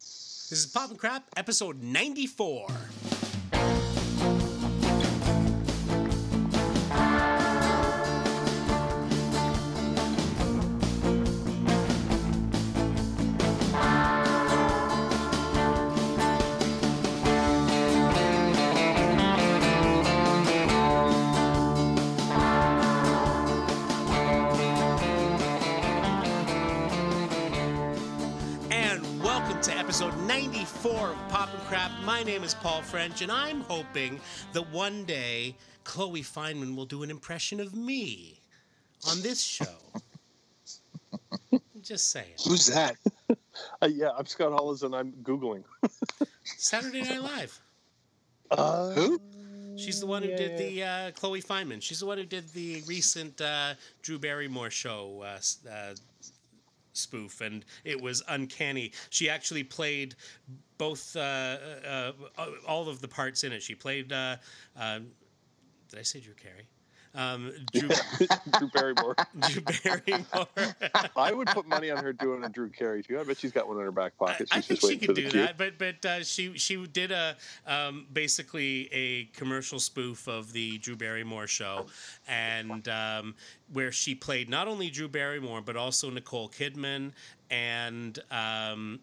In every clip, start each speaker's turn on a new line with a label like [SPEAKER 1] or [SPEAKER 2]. [SPEAKER 1] This is Pop and Crap, episode 94. And welcome to episode 94 of Pop and Crap. My name is Paul French, and I'm hoping that one day Chloe Feynman will do an impression of me on this show. I'm Just saying.
[SPEAKER 2] Who's that?
[SPEAKER 3] Uh, yeah, I'm Scott Hollis, and I'm googling.
[SPEAKER 1] Saturday Night Live.
[SPEAKER 3] Uh,
[SPEAKER 2] Who?
[SPEAKER 1] She's the one who
[SPEAKER 3] yeah,
[SPEAKER 1] did
[SPEAKER 3] yeah.
[SPEAKER 1] the uh, Chloe Feynman. She's the one who did the recent uh, Drew Barrymore show uh, s- uh, spoof, and it was uncanny. She actually played both uh, uh, uh, all of the parts in it. She played. Uh, um, did I say Drew Carey? Um, Drew,
[SPEAKER 3] Drew Barrymore.
[SPEAKER 1] Drew Barrymore.
[SPEAKER 3] I would put money on her doing a Drew Carey too. I bet she's got one in her back
[SPEAKER 1] I,
[SPEAKER 3] pocket. She's
[SPEAKER 1] I think
[SPEAKER 3] just
[SPEAKER 1] she
[SPEAKER 3] waiting for
[SPEAKER 1] could
[SPEAKER 3] the
[SPEAKER 1] do
[SPEAKER 3] cue.
[SPEAKER 1] that, but but uh, she she did a um, basically a commercial spoof of the Drew Barrymore show, and um, where she played not only Drew Barrymore but also Nicole Kidman and. Um,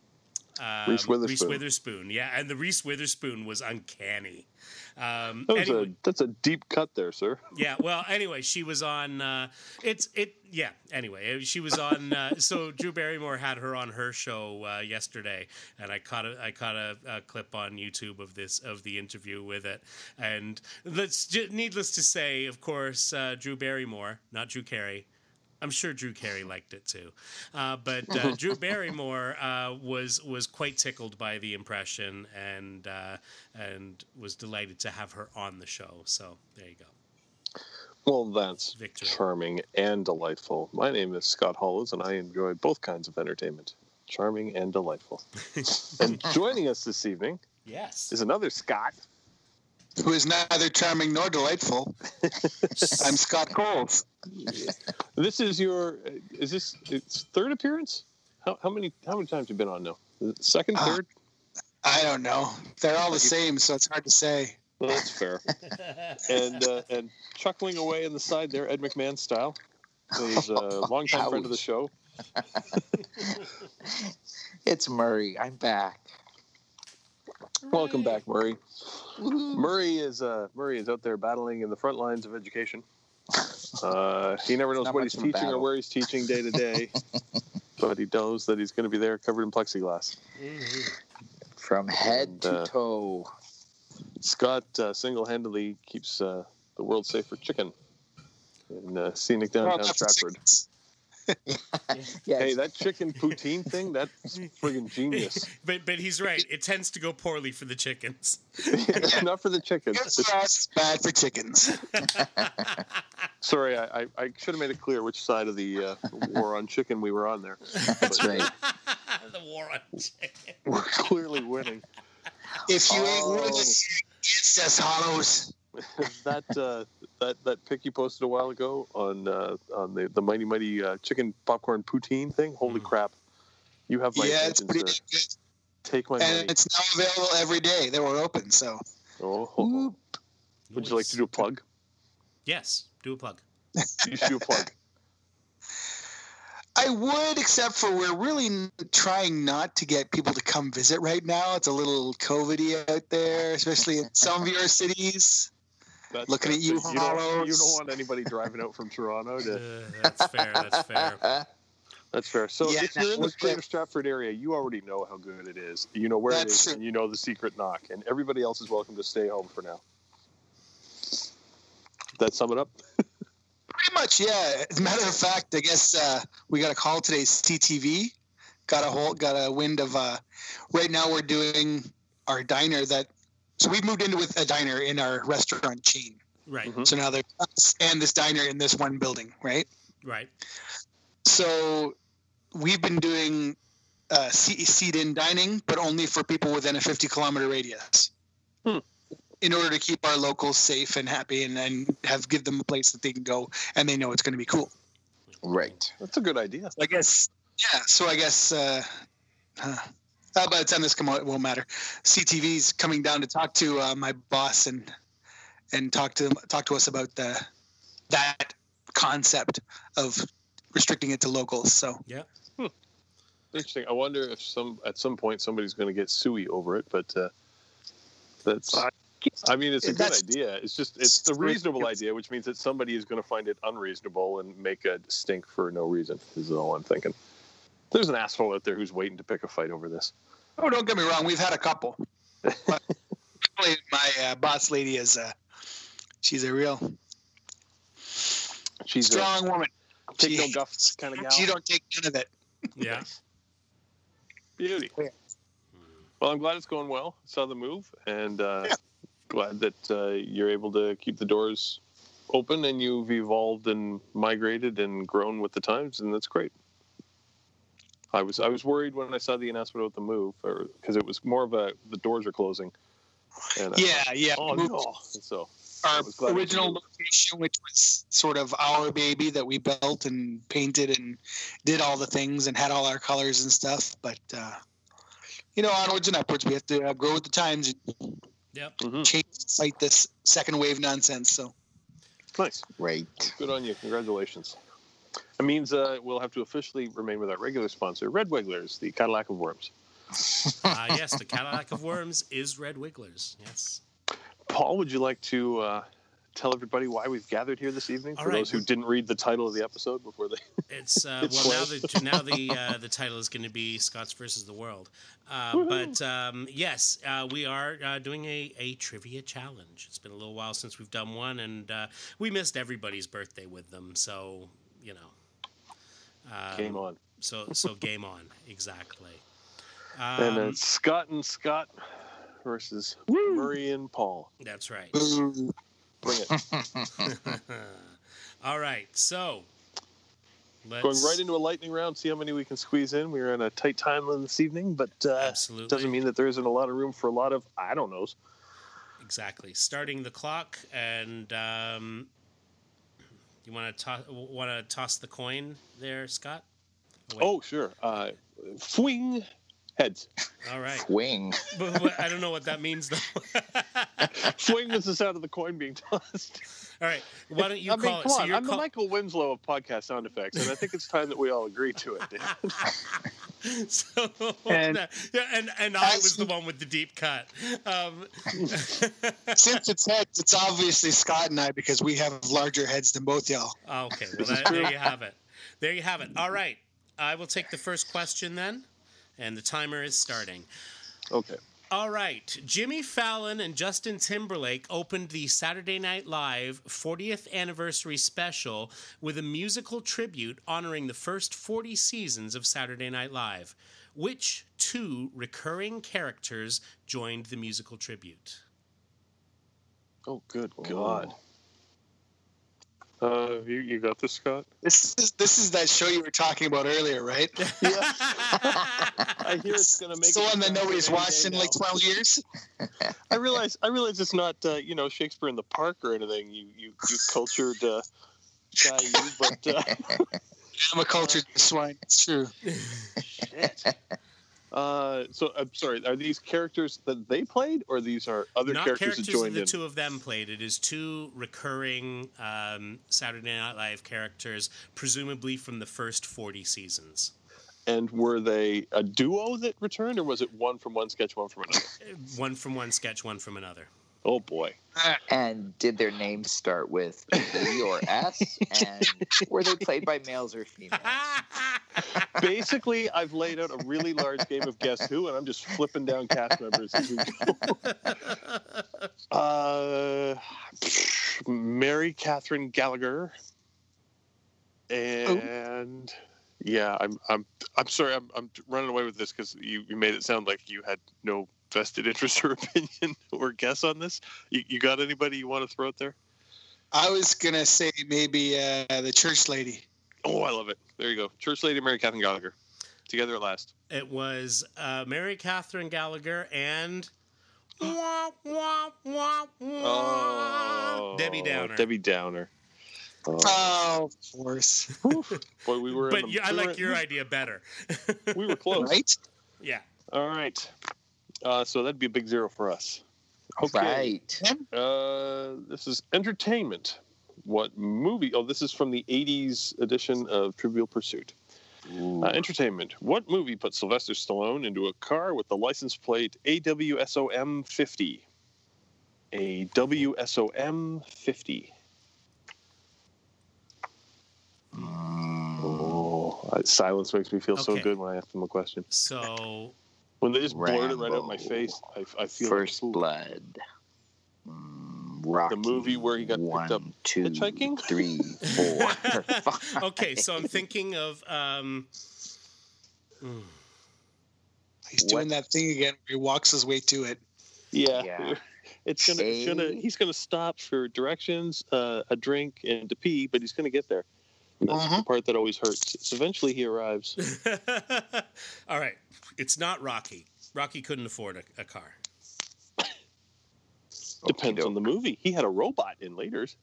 [SPEAKER 1] um,
[SPEAKER 3] Reese Witherspoon.
[SPEAKER 1] Witherspoon, yeah, and the Reese Witherspoon was uncanny. Um,
[SPEAKER 3] That was
[SPEAKER 1] anyway-
[SPEAKER 3] a, that's a deep cut there, sir.
[SPEAKER 1] yeah well anyway she was on uh it's it yeah anyway she was on uh, so drew barrymore had her on her show uh, yesterday and i caught a i caught a, a clip on youtube of this of the interview with it and let's ju- needless to say of course uh, drew barrymore not drew carey I'm sure Drew Carey liked it too, uh, but uh, Drew Barrymore uh, was was quite tickled by the impression and uh, and was delighted to have her on the show. So there you go.
[SPEAKER 3] Well, that's
[SPEAKER 1] Victor.
[SPEAKER 3] charming and delightful. My name is Scott Hollis, and I enjoy both kinds of entertainment. Charming and delightful. and joining us this evening
[SPEAKER 1] Yes.
[SPEAKER 3] is another Scott.
[SPEAKER 2] Who is neither charming nor delightful. I'm Scott Coles.
[SPEAKER 3] This is your uh, is this it's third appearance? How, how many how many times have you been on now? Second,
[SPEAKER 2] Ah.
[SPEAKER 3] third?
[SPEAKER 2] I don't know. They're all the same, so it's hard to say.
[SPEAKER 3] Well, that's fair. and uh, and chuckling away in the side there, Ed McMahon style. He's a longtime friend of the
[SPEAKER 4] Ouch.
[SPEAKER 3] show.
[SPEAKER 4] It's Murray. I'm back.
[SPEAKER 3] Welcome back, Murray.
[SPEAKER 4] Woohoo.
[SPEAKER 3] Murray is uh, Murray is out there battling in the front lines of education. Uh, he never knows
[SPEAKER 4] Not
[SPEAKER 3] what
[SPEAKER 4] much
[SPEAKER 3] he's
[SPEAKER 4] of a
[SPEAKER 3] teaching or
[SPEAKER 4] battle.
[SPEAKER 3] where he's teaching day to day, but he knows that he's going to be there covered in plexiglass.
[SPEAKER 1] Mhm.
[SPEAKER 4] From head
[SPEAKER 3] And,
[SPEAKER 4] to
[SPEAKER 3] uh,
[SPEAKER 4] toe.
[SPEAKER 3] Scott uh, single-handedly keeps uh, the world safe for chicken in uh, scenic downtown
[SPEAKER 2] Well, that's-
[SPEAKER 3] Stratford.
[SPEAKER 4] Yes.
[SPEAKER 3] Hey, that chicken poutine thing—that's friggin' genius.
[SPEAKER 1] But but he's right. It tends to go poorly for the chickens.
[SPEAKER 3] it's not for the chickens.
[SPEAKER 2] Good for us, bad for chickens.
[SPEAKER 3] Sorry, I, I, I should have made it clear which side of the uh, war on chicken we were on there. That's
[SPEAKER 4] right.
[SPEAKER 1] the war on chicken.
[SPEAKER 3] We're clearly winning.
[SPEAKER 2] If you ain't
[SPEAKER 4] Oh.
[SPEAKER 2] with us, it's us hollows.
[SPEAKER 3] that uh, that that pic you posted a while ago on uh, on the the mighty mighty uh, chicken popcorn poutine thing. Holy
[SPEAKER 1] Mhm.
[SPEAKER 3] crap! You have my
[SPEAKER 2] Hmm. Yeah, it's
[SPEAKER 3] attention,
[SPEAKER 2] pretty
[SPEAKER 3] sir.
[SPEAKER 2] good.
[SPEAKER 3] Take my money.
[SPEAKER 2] And it's now available every day. They were open, so
[SPEAKER 3] Oh, ho, ho.
[SPEAKER 4] Whoop.
[SPEAKER 3] would you like to do a plug?
[SPEAKER 1] Yes. Do a plug.
[SPEAKER 3] You should do a plug.
[SPEAKER 2] I would, except for we're really n- trying not to get people to come visit right now. It's a little COVID out there, especially in some of your cities.
[SPEAKER 3] That's-
[SPEAKER 2] Looking at
[SPEAKER 3] that's
[SPEAKER 2] you,
[SPEAKER 3] it. you, don't,
[SPEAKER 2] Hollows.
[SPEAKER 3] you don't want anybody driving out from Toronto.
[SPEAKER 1] Uh,
[SPEAKER 3] To,
[SPEAKER 1] that's fair. That's fair.
[SPEAKER 3] that's fair. So
[SPEAKER 2] Yeah,
[SPEAKER 3] if you're in the
[SPEAKER 2] that's-
[SPEAKER 3] Greater Stratford area, you already know how good it is. You know where it
[SPEAKER 2] That's
[SPEAKER 3] is,
[SPEAKER 2] true.
[SPEAKER 3] and you know the secret knock. And everybody else is welcome to stay home for now. That sum it up.
[SPEAKER 2] Pretty much, yeah. As a matter of fact, I guess uh, we got a call today's CTV. Got a whole, got a wind of. Uh, right now, we're doing our diner that. So we've moved into with a diner in our restaurant chain.
[SPEAKER 1] Right.
[SPEAKER 3] Mhm.
[SPEAKER 2] So now there's us and this diner in this one building, right?
[SPEAKER 1] Right.
[SPEAKER 2] So we've been doing uh, se- seat-in dining, but only for people within a 50-kilometer radius.
[SPEAKER 3] Hmm.
[SPEAKER 2] In order to keep our locals safe and happy, and, and have give them a place that they can go, and they know it's going to be cool.
[SPEAKER 4] Right.
[SPEAKER 3] That's a good idea.
[SPEAKER 2] I guess. Yeah. So I guess. Uh, huh. Uh, by the time this comes out, it won't matter. CTV's coming down to talk to uh, my boss and and talk to talk to us about the that concept of restricting it to locals. So
[SPEAKER 3] Interesting. I wonder if some at some point somebody's going to get suey over it, but uh, that's. I mean, it's a good
[SPEAKER 2] That's-
[SPEAKER 3] idea. It's just it's a reasonable idea, which means that somebody is going to find it unreasonable and make a stink for no reason. Is all I'm thinking. There's an asshole out there who's waiting to pick a fight over this.
[SPEAKER 2] oh, don't get me wrong, we've had a couple. But really, my uh, boss lady is uh, she's a real
[SPEAKER 3] She's a
[SPEAKER 2] strong woman.
[SPEAKER 3] take no
[SPEAKER 2] she-
[SPEAKER 3] guff kind of gal.
[SPEAKER 2] She don't take none of it.
[SPEAKER 1] Yeah.
[SPEAKER 3] Beauty.
[SPEAKER 1] Mm.
[SPEAKER 3] Well, I'm glad it's going well. Saw the move, and uh, glad that uh, you're able to keep the doors open, and you've evolved and migrated and grown with the times, and that's great. I was I was worried when I saw the announcement about the move, because it was more of a the doors are closing. And I
[SPEAKER 2] Yeah, yeah.
[SPEAKER 3] thought, oh
[SPEAKER 2] Move-
[SPEAKER 3] no! And so I
[SPEAKER 2] our
[SPEAKER 3] was glad it
[SPEAKER 2] original
[SPEAKER 3] moved.
[SPEAKER 2] location, which was sort of our baby that we built and painted and did all the things and had all our colors and stuff. But uh, you know, onwards and upwards, we have to uh, grow with the times and
[SPEAKER 1] Yep.
[SPEAKER 3] Mhm.
[SPEAKER 2] change, fight this second wave nonsense. So
[SPEAKER 3] nice.
[SPEAKER 4] Great.
[SPEAKER 3] Good on you. Congratulations. It means uh, we'll have to officially remain with our regular sponsor, Red Wigglers, the Cadillac of Worms.
[SPEAKER 1] Uh, yes, the Cadillac of Worms is Red Wigglers. Yes.
[SPEAKER 3] Paul, would you like to uh, tell everybody why we've gathered here this evening?
[SPEAKER 1] All
[SPEAKER 3] For
[SPEAKER 1] right.
[SPEAKER 3] those who didn't read the title of the episode before they.
[SPEAKER 1] It's uh, well now the now the uh, the title is going to be Scots versus the world, uh, but um, yes, uh, we are uh, doing a, a trivia challenge. It's been a little while since we've done one, and uh, we missed everybody's birthday with them, so you know. Um,
[SPEAKER 3] Game on.
[SPEAKER 1] So so game on exactly.
[SPEAKER 3] and
[SPEAKER 1] Um,
[SPEAKER 3] it's Scott and Scott versus Murray and Paul.
[SPEAKER 1] that's right.
[SPEAKER 2] boo.
[SPEAKER 3] Bring it.
[SPEAKER 1] All right, so let's
[SPEAKER 3] Going right into a lightning round, see how many we can squeeze in. We're in a tight timeline this evening, but uh,
[SPEAKER 1] absolutely
[SPEAKER 3] doesn't mean that there isn't a lot of room for a lot of I don't knows.
[SPEAKER 1] Exactly. Starting the clock, and um, you want to toss want to toss the coin there, Scott. Wait.
[SPEAKER 3] Oh, sure. Uh, fwing heads.
[SPEAKER 1] all right.
[SPEAKER 4] Wing.
[SPEAKER 1] but, but I don't know what that means though. all
[SPEAKER 3] Fwing was the sound of the coin being tossed.
[SPEAKER 1] right. Why don't you
[SPEAKER 3] I mean,
[SPEAKER 1] call it?
[SPEAKER 3] come
[SPEAKER 1] So
[SPEAKER 3] on.
[SPEAKER 1] you're
[SPEAKER 3] I'm the
[SPEAKER 1] call-
[SPEAKER 3] Michael Winslow of podcast sound effects, and I think it's time that we all agree to it. Dan.
[SPEAKER 1] so
[SPEAKER 2] And-
[SPEAKER 1] yeah, and and I was the one with the deep cut. Um,
[SPEAKER 2] Since it's heads, it's obviously Scott and I because we have larger heads than both y'all.
[SPEAKER 1] oh, Okay, well, that, there you have it. There you have it. All right, I will take the first question then, and the timer is starting.
[SPEAKER 3] Okay.
[SPEAKER 1] All right, Jimmy Fallon and Justin Timberlake opened the Saturday Night Live 40th anniversary special with a musical tribute honoring the first 40 seasons of Saturday Night Live. Which two recurring characters joined the musical tribute?
[SPEAKER 3] Oh, good God. Uh, you, you got this, Scott?
[SPEAKER 2] This is this is that show you were talking about earlier, right?
[SPEAKER 3] I hear it's going to make
[SPEAKER 2] It's the
[SPEAKER 3] it
[SPEAKER 2] one that
[SPEAKER 3] back
[SPEAKER 2] nobody's
[SPEAKER 3] any day
[SPEAKER 2] watched in
[SPEAKER 3] now.
[SPEAKER 2] like 12 years.
[SPEAKER 3] I realize. I realize it's not uh, you know Shakespeare in the Park or anything. You you you cultured uh, guy, you, but uh,
[SPEAKER 2] I'm a cultured swine. It's true.
[SPEAKER 3] uh, so I'm sorry. Are these characters that they played, or these are other
[SPEAKER 1] Not
[SPEAKER 3] characters,
[SPEAKER 1] characters
[SPEAKER 3] that
[SPEAKER 1] that
[SPEAKER 3] joined
[SPEAKER 1] the
[SPEAKER 3] in?
[SPEAKER 1] two of them played. It is two recurring um, Saturday Night Live characters, presumably from the first 40 seasons.
[SPEAKER 3] And were they a duo that returned, or was it one from one sketch, one from another?
[SPEAKER 1] Uh, One from one sketch, one from another.
[SPEAKER 3] Oh boy.
[SPEAKER 4] And did their names start with B or S? And were they played by males or females?
[SPEAKER 3] Basically, I've laid out a really large game of Guess Who, and I'm just flipping down cast members as we go. Uh, Mary Catherine Gallagher,
[SPEAKER 1] Oh.
[SPEAKER 3] and yeah, I'm I'm I'm sorry, I'm I'm running away with this because you you made it sound like you had no vested interest or opinion or guess on this. You, you got anybody you want to throw out there?
[SPEAKER 2] I was gonna say maybe uh, the church lady.
[SPEAKER 3] Oh, I love it. There you go, Church Lady Mary Catherine Gallagher, together at last.
[SPEAKER 1] it was uh, Mary Catherine Gallagher and. Wah, wah, wah, wah, Ah!
[SPEAKER 4] Oh.
[SPEAKER 1] Debbie Downer.
[SPEAKER 3] Oh.
[SPEAKER 1] Uh,
[SPEAKER 3] Debbie Downer.
[SPEAKER 2] Oh, of course,
[SPEAKER 3] Boy, we were. in
[SPEAKER 1] but
[SPEAKER 3] the-
[SPEAKER 1] you, I
[SPEAKER 3] we were-
[SPEAKER 1] like your idea better.
[SPEAKER 3] We were close.
[SPEAKER 2] right?
[SPEAKER 1] Yeah.
[SPEAKER 3] All right. Uh, so that'd be a big zero for us.
[SPEAKER 4] Right.
[SPEAKER 3] Uh, this is entertainment. What movie? Oh, this is from the 80s edition of Trivial Pursuit.
[SPEAKER 4] Ooh.
[SPEAKER 3] Uh, entertainment. What movie put Sylvester Stallone into a car with the license plate AWSOM 50? AWSOM 50. Oh, uh, silence makes me feel so
[SPEAKER 1] Okay.
[SPEAKER 3] good when I ask them a question.
[SPEAKER 1] So
[SPEAKER 3] When they just blurt it right out of my
[SPEAKER 4] Rambo.
[SPEAKER 3] face, I, I feel
[SPEAKER 4] First
[SPEAKER 3] like, ooh.
[SPEAKER 4] Blood. Mm, Rocky,
[SPEAKER 3] movie where he got picked
[SPEAKER 4] one,
[SPEAKER 3] up
[SPEAKER 4] two,
[SPEAKER 3] hitchhiking?
[SPEAKER 4] three, four, five.
[SPEAKER 1] okay, so I'm thinking of um, mm,
[SPEAKER 2] He's doing that thing again where he walks his way to it.
[SPEAKER 3] Yeah.
[SPEAKER 4] Yeah.
[SPEAKER 3] It's gonna, it's gonna,
[SPEAKER 4] Say-
[SPEAKER 3] he's gonna stop for directions, uh, a drink, and to pee, but he's gonna get there. That's the
[SPEAKER 2] Mhm.
[SPEAKER 3] part that always hurts. It's eventually he arrives.
[SPEAKER 1] all right, it's not Rocky. Rocky couldn't afford a, a car.
[SPEAKER 3] Depends on the movie. He had a robot in later's.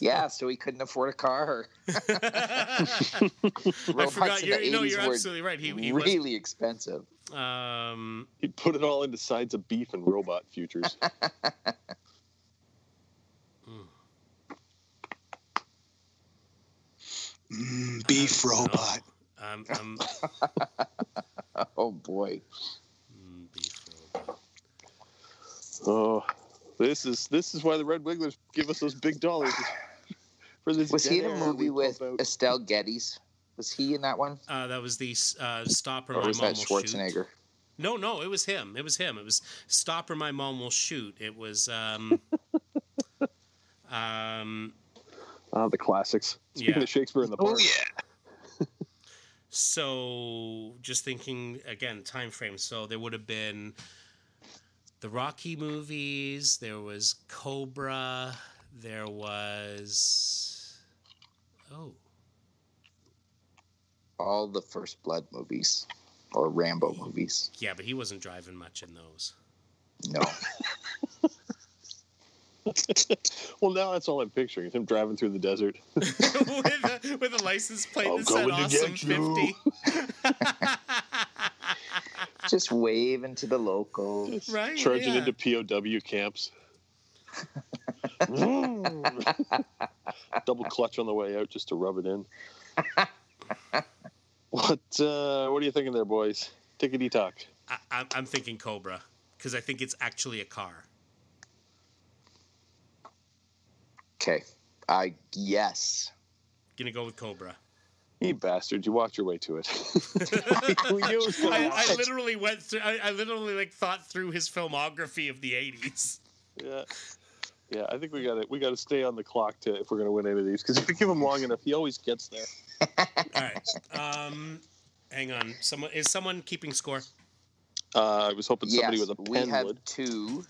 [SPEAKER 4] Yeah, so he couldn't afford a car.
[SPEAKER 1] I
[SPEAKER 4] Robots
[SPEAKER 1] forgot.
[SPEAKER 4] in
[SPEAKER 1] You're,
[SPEAKER 4] the
[SPEAKER 1] no, you're
[SPEAKER 4] 80s were
[SPEAKER 1] absolutely right. He, he was.
[SPEAKER 4] really expensive.
[SPEAKER 1] Um,
[SPEAKER 3] He put it all into sides of beef and robot futures.
[SPEAKER 1] mm,
[SPEAKER 2] Mm, beef
[SPEAKER 1] I don't know.
[SPEAKER 2] robot.
[SPEAKER 1] um, um,
[SPEAKER 4] Oh boy.
[SPEAKER 1] mm, beef robot.
[SPEAKER 3] oh, this is this is why the Red Wigglers give us those big dollars. For this
[SPEAKER 4] Was he in
[SPEAKER 3] dead
[SPEAKER 4] a
[SPEAKER 3] air we
[SPEAKER 4] movie with
[SPEAKER 3] pump out.
[SPEAKER 4] Estelle Geddes? Was he in that one?
[SPEAKER 1] Uh, that was the uh, stop or,
[SPEAKER 4] Or
[SPEAKER 1] my
[SPEAKER 4] was
[SPEAKER 1] mom
[SPEAKER 4] that
[SPEAKER 1] will shoot.
[SPEAKER 4] Schwarzenegger?
[SPEAKER 1] No, no, it was him. It was him. It was stop or my mom will shoot. It was um, um,
[SPEAKER 3] Ah, the classics? Speaking
[SPEAKER 1] Yeah.
[SPEAKER 3] of Shakespeare in the
[SPEAKER 2] Oh
[SPEAKER 3] park,
[SPEAKER 2] yeah.
[SPEAKER 1] So just thinking again, time frame. So there would have been the Rocky movies. There was Cobra. There was oh
[SPEAKER 4] All the First Blood movies or Rambo movies?
[SPEAKER 1] yeah, but he wasn't driving much in those.
[SPEAKER 4] No.
[SPEAKER 3] well, now that's all I'm picturing is him driving through the desert.
[SPEAKER 1] with, a, with a license plate
[SPEAKER 3] I'm
[SPEAKER 1] that said
[SPEAKER 3] coming to
[SPEAKER 1] awesome
[SPEAKER 3] get you.
[SPEAKER 1] fifty.
[SPEAKER 4] Just waving to the locals.
[SPEAKER 1] right.
[SPEAKER 3] charging
[SPEAKER 1] yeah.
[SPEAKER 3] into POW camps. Double clutch on the way out just to rub it in. What uh, what are you thinking there, boys? Tickety tock.
[SPEAKER 1] I, I'm, I'm thinking Cobra because I think it's actually a car.
[SPEAKER 4] Okay. I yes.
[SPEAKER 1] Gonna go with Cobra.
[SPEAKER 3] You bastard! You walked your way to it. We knew it was gonna
[SPEAKER 1] I, I
[SPEAKER 3] happen.
[SPEAKER 1] literally went through. I, I literally like thought through his filmography of the '80s.
[SPEAKER 3] yeah, yeah. I think we got to we got to stay on the clock to if we're gonna win any of these because if we give him long enough, he always gets there.
[SPEAKER 1] All right. Um, hang on. Someone is someone keeping score?
[SPEAKER 3] Uh, I was hoping somebody
[SPEAKER 4] yes.
[SPEAKER 3] with a
[SPEAKER 4] we
[SPEAKER 3] pen
[SPEAKER 4] have
[SPEAKER 3] would.
[SPEAKER 4] two.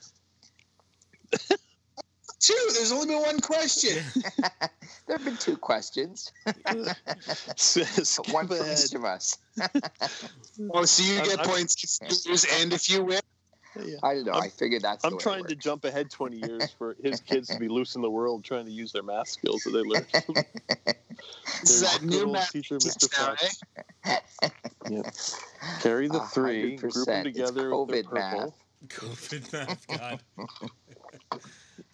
[SPEAKER 2] Two. There's only been one question.
[SPEAKER 4] There have been two questions.
[SPEAKER 3] Skip
[SPEAKER 4] One from
[SPEAKER 3] ahead.
[SPEAKER 4] each of us.
[SPEAKER 2] Oh, so you
[SPEAKER 3] I'm-
[SPEAKER 2] get
[SPEAKER 3] I'm-
[SPEAKER 2] points if you lose and if you win.
[SPEAKER 3] Yeah.
[SPEAKER 4] I don't know.
[SPEAKER 3] I'm-
[SPEAKER 4] i figured that's. the
[SPEAKER 3] I'm
[SPEAKER 4] way it
[SPEAKER 3] trying to
[SPEAKER 4] works.
[SPEAKER 3] jump ahead 20 years for his kids to be loose in the world, trying to use their math skills that they learned.
[SPEAKER 2] This is that
[SPEAKER 3] Good
[SPEAKER 2] new
[SPEAKER 3] old
[SPEAKER 2] math
[SPEAKER 3] teacher,
[SPEAKER 2] teacher
[SPEAKER 3] Mr.
[SPEAKER 2] now, eh?
[SPEAKER 3] Fox. Carry the three, group
[SPEAKER 4] 100%.
[SPEAKER 3] them
[SPEAKER 4] It's
[SPEAKER 3] together with their
[SPEAKER 4] COVID math.
[SPEAKER 3] purple.
[SPEAKER 1] COVID math. God.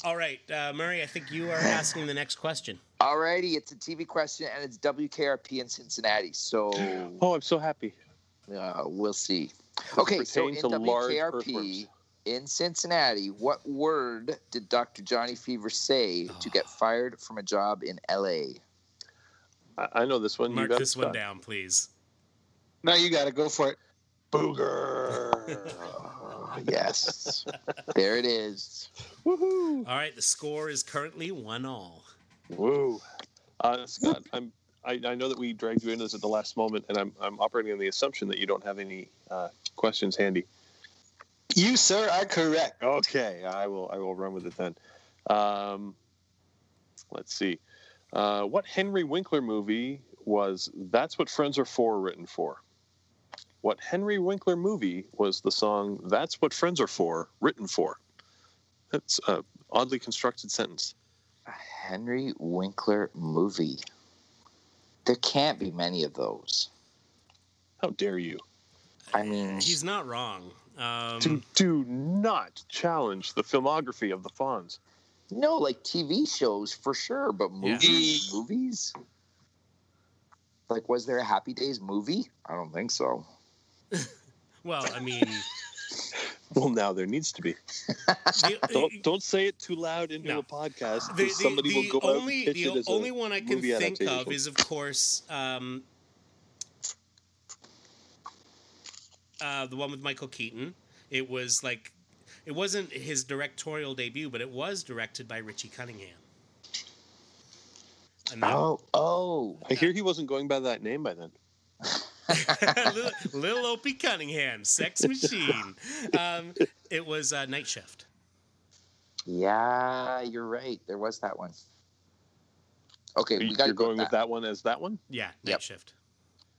[SPEAKER 1] All right, uh, Murray. I think you are asking the next question.
[SPEAKER 4] Alrighty, it's a TV question, and it's WKRP in Cincinnati. So
[SPEAKER 3] Oh, I'm so happy.
[SPEAKER 4] uh, we'll see.
[SPEAKER 3] Does it
[SPEAKER 4] Okay, so
[SPEAKER 3] pertain
[SPEAKER 4] in
[SPEAKER 3] to large
[SPEAKER 4] WKRP
[SPEAKER 3] earthworms?
[SPEAKER 4] in Cincinnati, what word did Dr. Johnny Fever say to get fired from a job in LA?
[SPEAKER 3] I, I know this one.
[SPEAKER 1] Mark
[SPEAKER 3] got it,
[SPEAKER 1] this one
[SPEAKER 3] Scott.
[SPEAKER 1] down, please.
[SPEAKER 2] No, you got to go for it.
[SPEAKER 3] Booger.
[SPEAKER 4] Yes, there it is.
[SPEAKER 3] Woohoo.
[SPEAKER 1] All right. The score is currently one all.
[SPEAKER 3] Woo. Uh, Scott, I'm. I, I know that we dragged you into this at the last moment, and I'm, I'm operating on the assumption that you don't have any uh, questions handy.
[SPEAKER 2] You, sir, are correct.
[SPEAKER 3] Okay, I will. I will run with it then. Um, let's see. Uh, what Henry Winkler movie was "That's What Friends Are For" written for? What Henry Winkler movie was the song "That's What Friends Are For" written for? That's a oddly constructed sentence.
[SPEAKER 4] A Henry Winkler movie. There can't be many of those.
[SPEAKER 3] How dare you?
[SPEAKER 4] I mean,
[SPEAKER 1] He's not wrong. Um,
[SPEAKER 3] Do, do not challenge the filmography of the Fonz.
[SPEAKER 4] no, like TV shows for sure, but
[SPEAKER 1] Yeah.
[SPEAKER 4] movies, movies. Like, was there a Happy Days movie? I don't think so.
[SPEAKER 1] well, I mean,
[SPEAKER 3] Well, now there needs to be.
[SPEAKER 1] the-
[SPEAKER 3] Don't don't say it too loud into
[SPEAKER 1] No.
[SPEAKER 3] a podcast.
[SPEAKER 1] the, the,
[SPEAKER 3] 'cause somebody
[SPEAKER 1] the
[SPEAKER 3] will go
[SPEAKER 1] only,
[SPEAKER 3] out and pitch
[SPEAKER 1] the
[SPEAKER 3] it as
[SPEAKER 1] only
[SPEAKER 3] a,
[SPEAKER 1] one I can
[SPEAKER 3] movie
[SPEAKER 1] think of
[SPEAKER 3] adaptation.
[SPEAKER 1] is, of course, um, uh, the one with Michael Keaton. It was like, it wasn't his directorial debut, but it was directed by Richie Cunningham. And that-
[SPEAKER 4] Oh, oh,
[SPEAKER 3] I hear he wasn't going by that name by then.
[SPEAKER 1] little, little Opie Cunningham, sex machine. Um, it was uh, Night Shift.
[SPEAKER 4] yeah, you're right. There was that one. Okay, we got
[SPEAKER 3] You're going with that one as that one.
[SPEAKER 1] Yeah, Night
[SPEAKER 4] Yep.
[SPEAKER 1] Shift.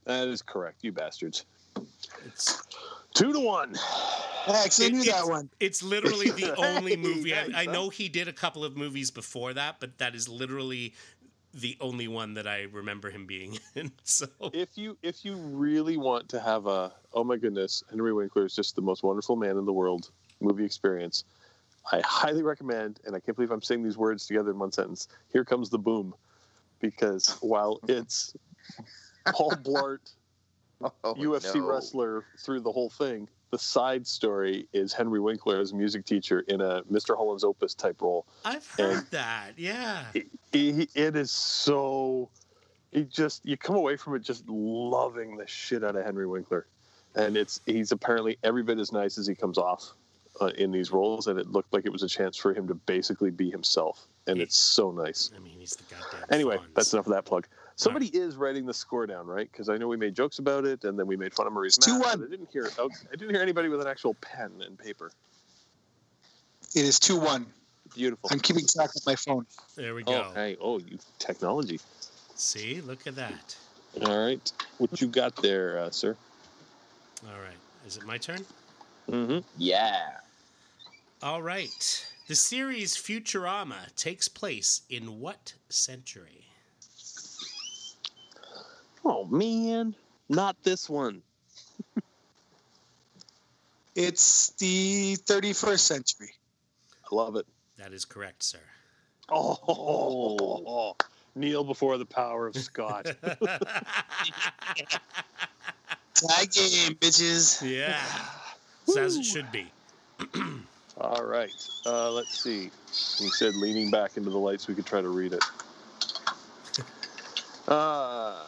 [SPEAKER 3] That is correct, you bastards.
[SPEAKER 1] It's
[SPEAKER 3] Two to one.
[SPEAKER 2] Yeah, 'cause I
[SPEAKER 1] It-
[SPEAKER 2] knew
[SPEAKER 1] it's-
[SPEAKER 2] that one.
[SPEAKER 1] It's literally the only
[SPEAKER 3] Hey,
[SPEAKER 1] movie. I, I
[SPEAKER 3] nice, huh?
[SPEAKER 1] know he did a couple of movies before that, but that is literally the only one that I remember him being in. So
[SPEAKER 3] If you if you really want to have a oh my goodness, Henry Winkler is just the most wonderful man in the world movie experience. I highly recommend, and I can't believe I'm saying these words together in one sentence. Here comes the boom, because while it's Paul Blart
[SPEAKER 4] Oh,
[SPEAKER 3] UFC
[SPEAKER 4] no.
[SPEAKER 3] wrestler through the whole thing. The side story is Henry Winkler as a music teacher in a Mr. Holland's Opus type role.
[SPEAKER 1] I've heard that. Yeah.
[SPEAKER 3] He, he- it is so. He just you come away from it just loving the shit out of Henry Winkler, and it's he's apparently every bit as nice as he comes off uh, in these roles, and it looked like it was a chance for him to basically be himself, and it's so nice.
[SPEAKER 1] I mean, he's the goddamn.
[SPEAKER 3] Anyway,
[SPEAKER 1] Fonz.
[SPEAKER 3] that's enough of that plug. Somebody is writing the score down, right? Because I know we made jokes about it, and then we made fun of Marie's
[SPEAKER 2] It's 2-1.
[SPEAKER 3] math. but I didn't hear. oh, I didn't hear anybody with an actual pen and paper.
[SPEAKER 2] It is two one.
[SPEAKER 3] Beautiful.
[SPEAKER 2] I'm keeping track with my phone.
[SPEAKER 1] There we go.
[SPEAKER 3] Oh, hey, oh, you technology.
[SPEAKER 1] See, look at that.
[SPEAKER 3] All right, what you got there, uh, sir?
[SPEAKER 1] All right. Is it my turn?
[SPEAKER 3] Mm-hmm.
[SPEAKER 4] Yeah.
[SPEAKER 1] All right. The series Futurama takes place in what century?
[SPEAKER 3] Oh man, not this one.
[SPEAKER 2] It's the 31st century.
[SPEAKER 3] I love it.
[SPEAKER 1] That is correct, sir.
[SPEAKER 3] Oh, kneel before the power of Scott.
[SPEAKER 2] Tag game, bitches.
[SPEAKER 1] yeah. So as
[SPEAKER 3] Woo.
[SPEAKER 1] it should be.
[SPEAKER 3] All right, uh, let's see. He said, leaning back into the lights, we could try to read it. Uh,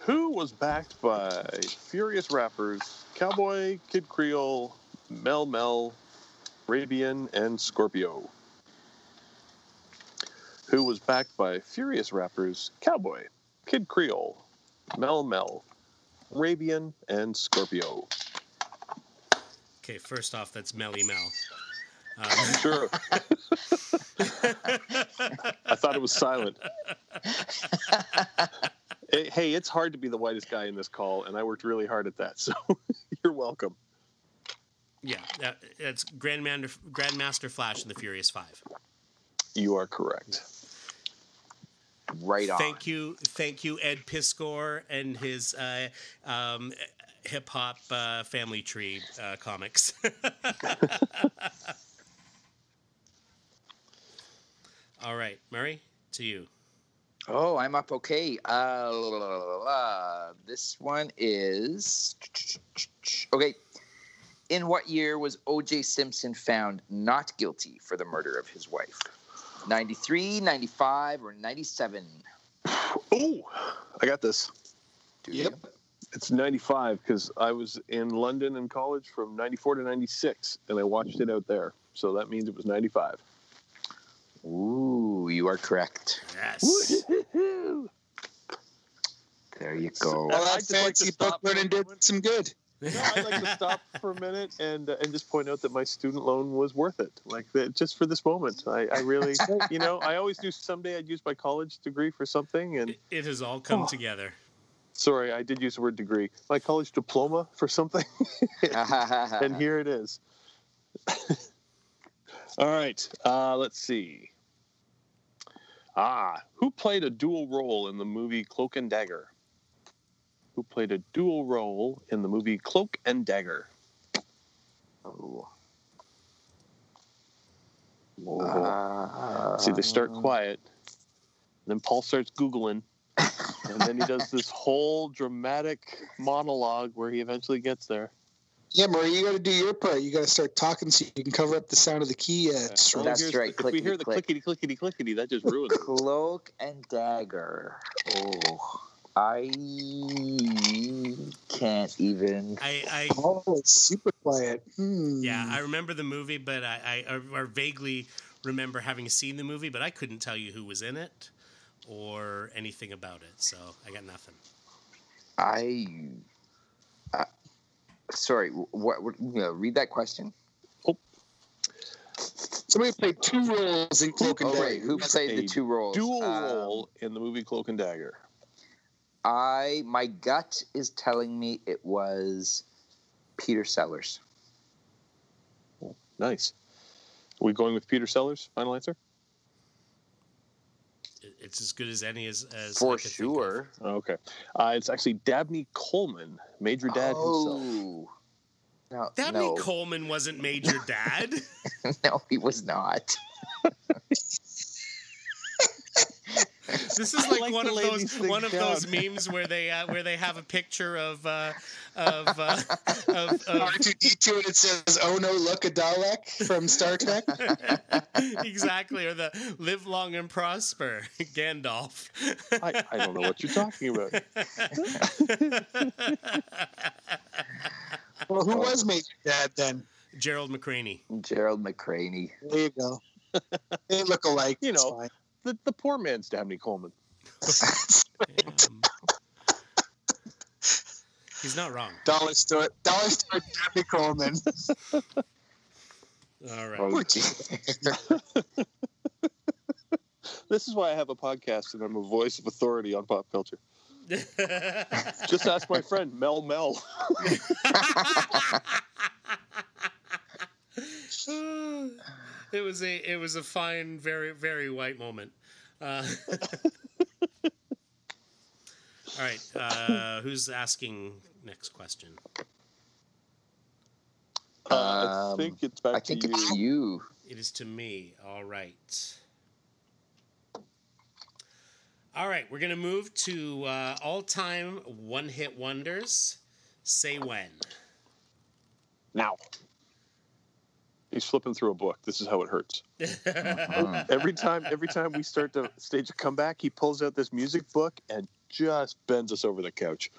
[SPEAKER 3] who was backed by Furious Rappers, Cowboy, Kid Creole, Mel Mel, Rabian, and Scorpio? Who was backed by Furious Rappers, Cowboy, Kid Creole, Mel Mel, Rabian, and Scorpio?
[SPEAKER 1] Okay, first off, that's Melly Mel. Um,
[SPEAKER 3] Sure, I thought it was silent. Eh, hey, it's hard to be the whitest guy in this call, and I worked really hard at that. So you're welcome.
[SPEAKER 1] yeah, that, that's Grandmaster, Grandmaster Flash and the Furious Five.
[SPEAKER 3] You are correct.
[SPEAKER 4] Right on.
[SPEAKER 1] Thank you, thank you, Ed Piskor and his uh, um, hip hop uh, family tree uh, comics. All right, Murray, to you.
[SPEAKER 4] Oh, I'm up. Okay. Uh, la, la, la, la, la. This one is okay. In what year was O.J. Simpson found not guilty for the murder of his wife? 93, 95, or 97?
[SPEAKER 3] Oh, I got this.
[SPEAKER 4] Do
[SPEAKER 2] Yep.
[SPEAKER 4] you?
[SPEAKER 3] It's 95 because I was in London in college from 94 to 96, and I watched it out there. So that means it was 95.
[SPEAKER 4] Ooh, you are correct.
[SPEAKER 1] Yes.
[SPEAKER 4] There you go.
[SPEAKER 2] Well, that
[SPEAKER 3] I'd just like
[SPEAKER 2] fancy
[SPEAKER 3] to
[SPEAKER 2] book
[SPEAKER 3] stop
[SPEAKER 2] learning
[SPEAKER 3] for a
[SPEAKER 2] did
[SPEAKER 3] moment.
[SPEAKER 2] some good.
[SPEAKER 3] No, I'd like to stop for a minute and uh, and just point out that my student loan was worth it. Like that, just for this moment, I, I really, you know, I always knew someday I'd use my college degree for something, and
[SPEAKER 1] It- It has all come
[SPEAKER 3] Oh.
[SPEAKER 1] together.
[SPEAKER 3] sorry, I did use the word degree, my college diploma for something, and here it is. All right, uh, let's see. Ah, who played a dual role in the movie Cloak and Dagger? who played a dual role in the movie Cloak and Dagger.
[SPEAKER 4] Oh.
[SPEAKER 3] See, they start
[SPEAKER 4] Um,
[SPEAKER 3] quiet, then Paul starts Googling, and then he does this whole dramatic monologue where he eventually gets there.
[SPEAKER 2] Yeah, Marie, you got to do your part. You got to start talking so you can cover up the sound of the key. Uh,
[SPEAKER 3] As long
[SPEAKER 2] stroke.
[SPEAKER 3] as
[SPEAKER 4] That's
[SPEAKER 3] here's-
[SPEAKER 4] right,
[SPEAKER 3] If we hear the
[SPEAKER 4] clickety-click.
[SPEAKER 3] clickety clickety clickety, that just ruins it.
[SPEAKER 4] Cloak and dagger. Oh, I can't even.
[SPEAKER 1] I, I
[SPEAKER 2] Oh, it's super quiet. Hmm.
[SPEAKER 3] Mm.
[SPEAKER 1] yeah, I remember the movie, but I, I or vaguely remember having seen the movie, but I couldn't tell you who was in it or anything about it. So I got nothing.
[SPEAKER 4] I. I- Sorry, what? what you know, read that question.
[SPEAKER 2] Somebody played two roles in Cloak and
[SPEAKER 4] Oh,
[SPEAKER 2] Dagger.
[SPEAKER 4] wait, who played the
[SPEAKER 3] a
[SPEAKER 4] two roles?
[SPEAKER 3] Dual
[SPEAKER 4] Um,
[SPEAKER 3] role in the movie Cloak and Dagger.
[SPEAKER 4] I my gut is telling me it was Peter Sellers.
[SPEAKER 3] Nice. Are we going with Peter Sellers? Final answer.
[SPEAKER 1] It- It's as good as any as, as I
[SPEAKER 4] for
[SPEAKER 1] could think of.
[SPEAKER 4] sure.
[SPEAKER 3] Okay. Uh, it's actually Dabney Coleman, Major Dad himself.
[SPEAKER 4] oh. No,
[SPEAKER 1] Dabney
[SPEAKER 4] no,
[SPEAKER 1] Coleman wasn't Major Dad.
[SPEAKER 4] no, he was not.
[SPEAKER 1] This is
[SPEAKER 3] I
[SPEAKER 1] like,
[SPEAKER 3] like
[SPEAKER 1] one
[SPEAKER 3] the
[SPEAKER 1] of
[SPEAKER 3] ladies
[SPEAKER 1] those
[SPEAKER 3] think
[SPEAKER 1] one of those
[SPEAKER 3] down.
[SPEAKER 1] memes where they uh, where they have a picture of uh, of, uh, of of
[SPEAKER 2] R2D2 and it says, "Oh no, look a Dalek from Star Trek."
[SPEAKER 1] exactly or the live long and prosper Gandalf.
[SPEAKER 3] I, I don't know what you're talking about.
[SPEAKER 2] well, who was Major Dad then?
[SPEAKER 1] Gerald McCraney.
[SPEAKER 4] Gerald McCraney.
[SPEAKER 2] There you go. They look alike.
[SPEAKER 3] You
[SPEAKER 2] it's
[SPEAKER 3] know.
[SPEAKER 2] fine.
[SPEAKER 3] The, the poor man's Dabney Coleman.
[SPEAKER 1] Um, he's not wrong.
[SPEAKER 2] Dollar store, dollar store, Dabney Coleman.
[SPEAKER 1] All right.
[SPEAKER 3] Oh, This is why I have a podcast and I'm a voice of authority on pop culture. Just ask my friend Mel Mel.
[SPEAKER 1] it was a it was a fine, very very white moment. Uh, all right, uh, who's asking next question?
[SPEAKER 3] Uh, I
[SPEAKER 4] Um,
[SPEAKER 3] think it's back
[SPEAKER 4] I think
[SPEAKER 3] to you.
[SPEAKER 4] it's you.
[SPEAKER 1] It is to me. All right. All right, we're gonna move to uh, all time one hit wonders. Say when.
[SPEAKER 3] now. He's flipping through a book. This is how it hurts.
[SPEAKER 4] Uh,
[SPEAKER 3] Every time, every time we start to stage a comeback, he pulls out this music book and just bends us over the couch.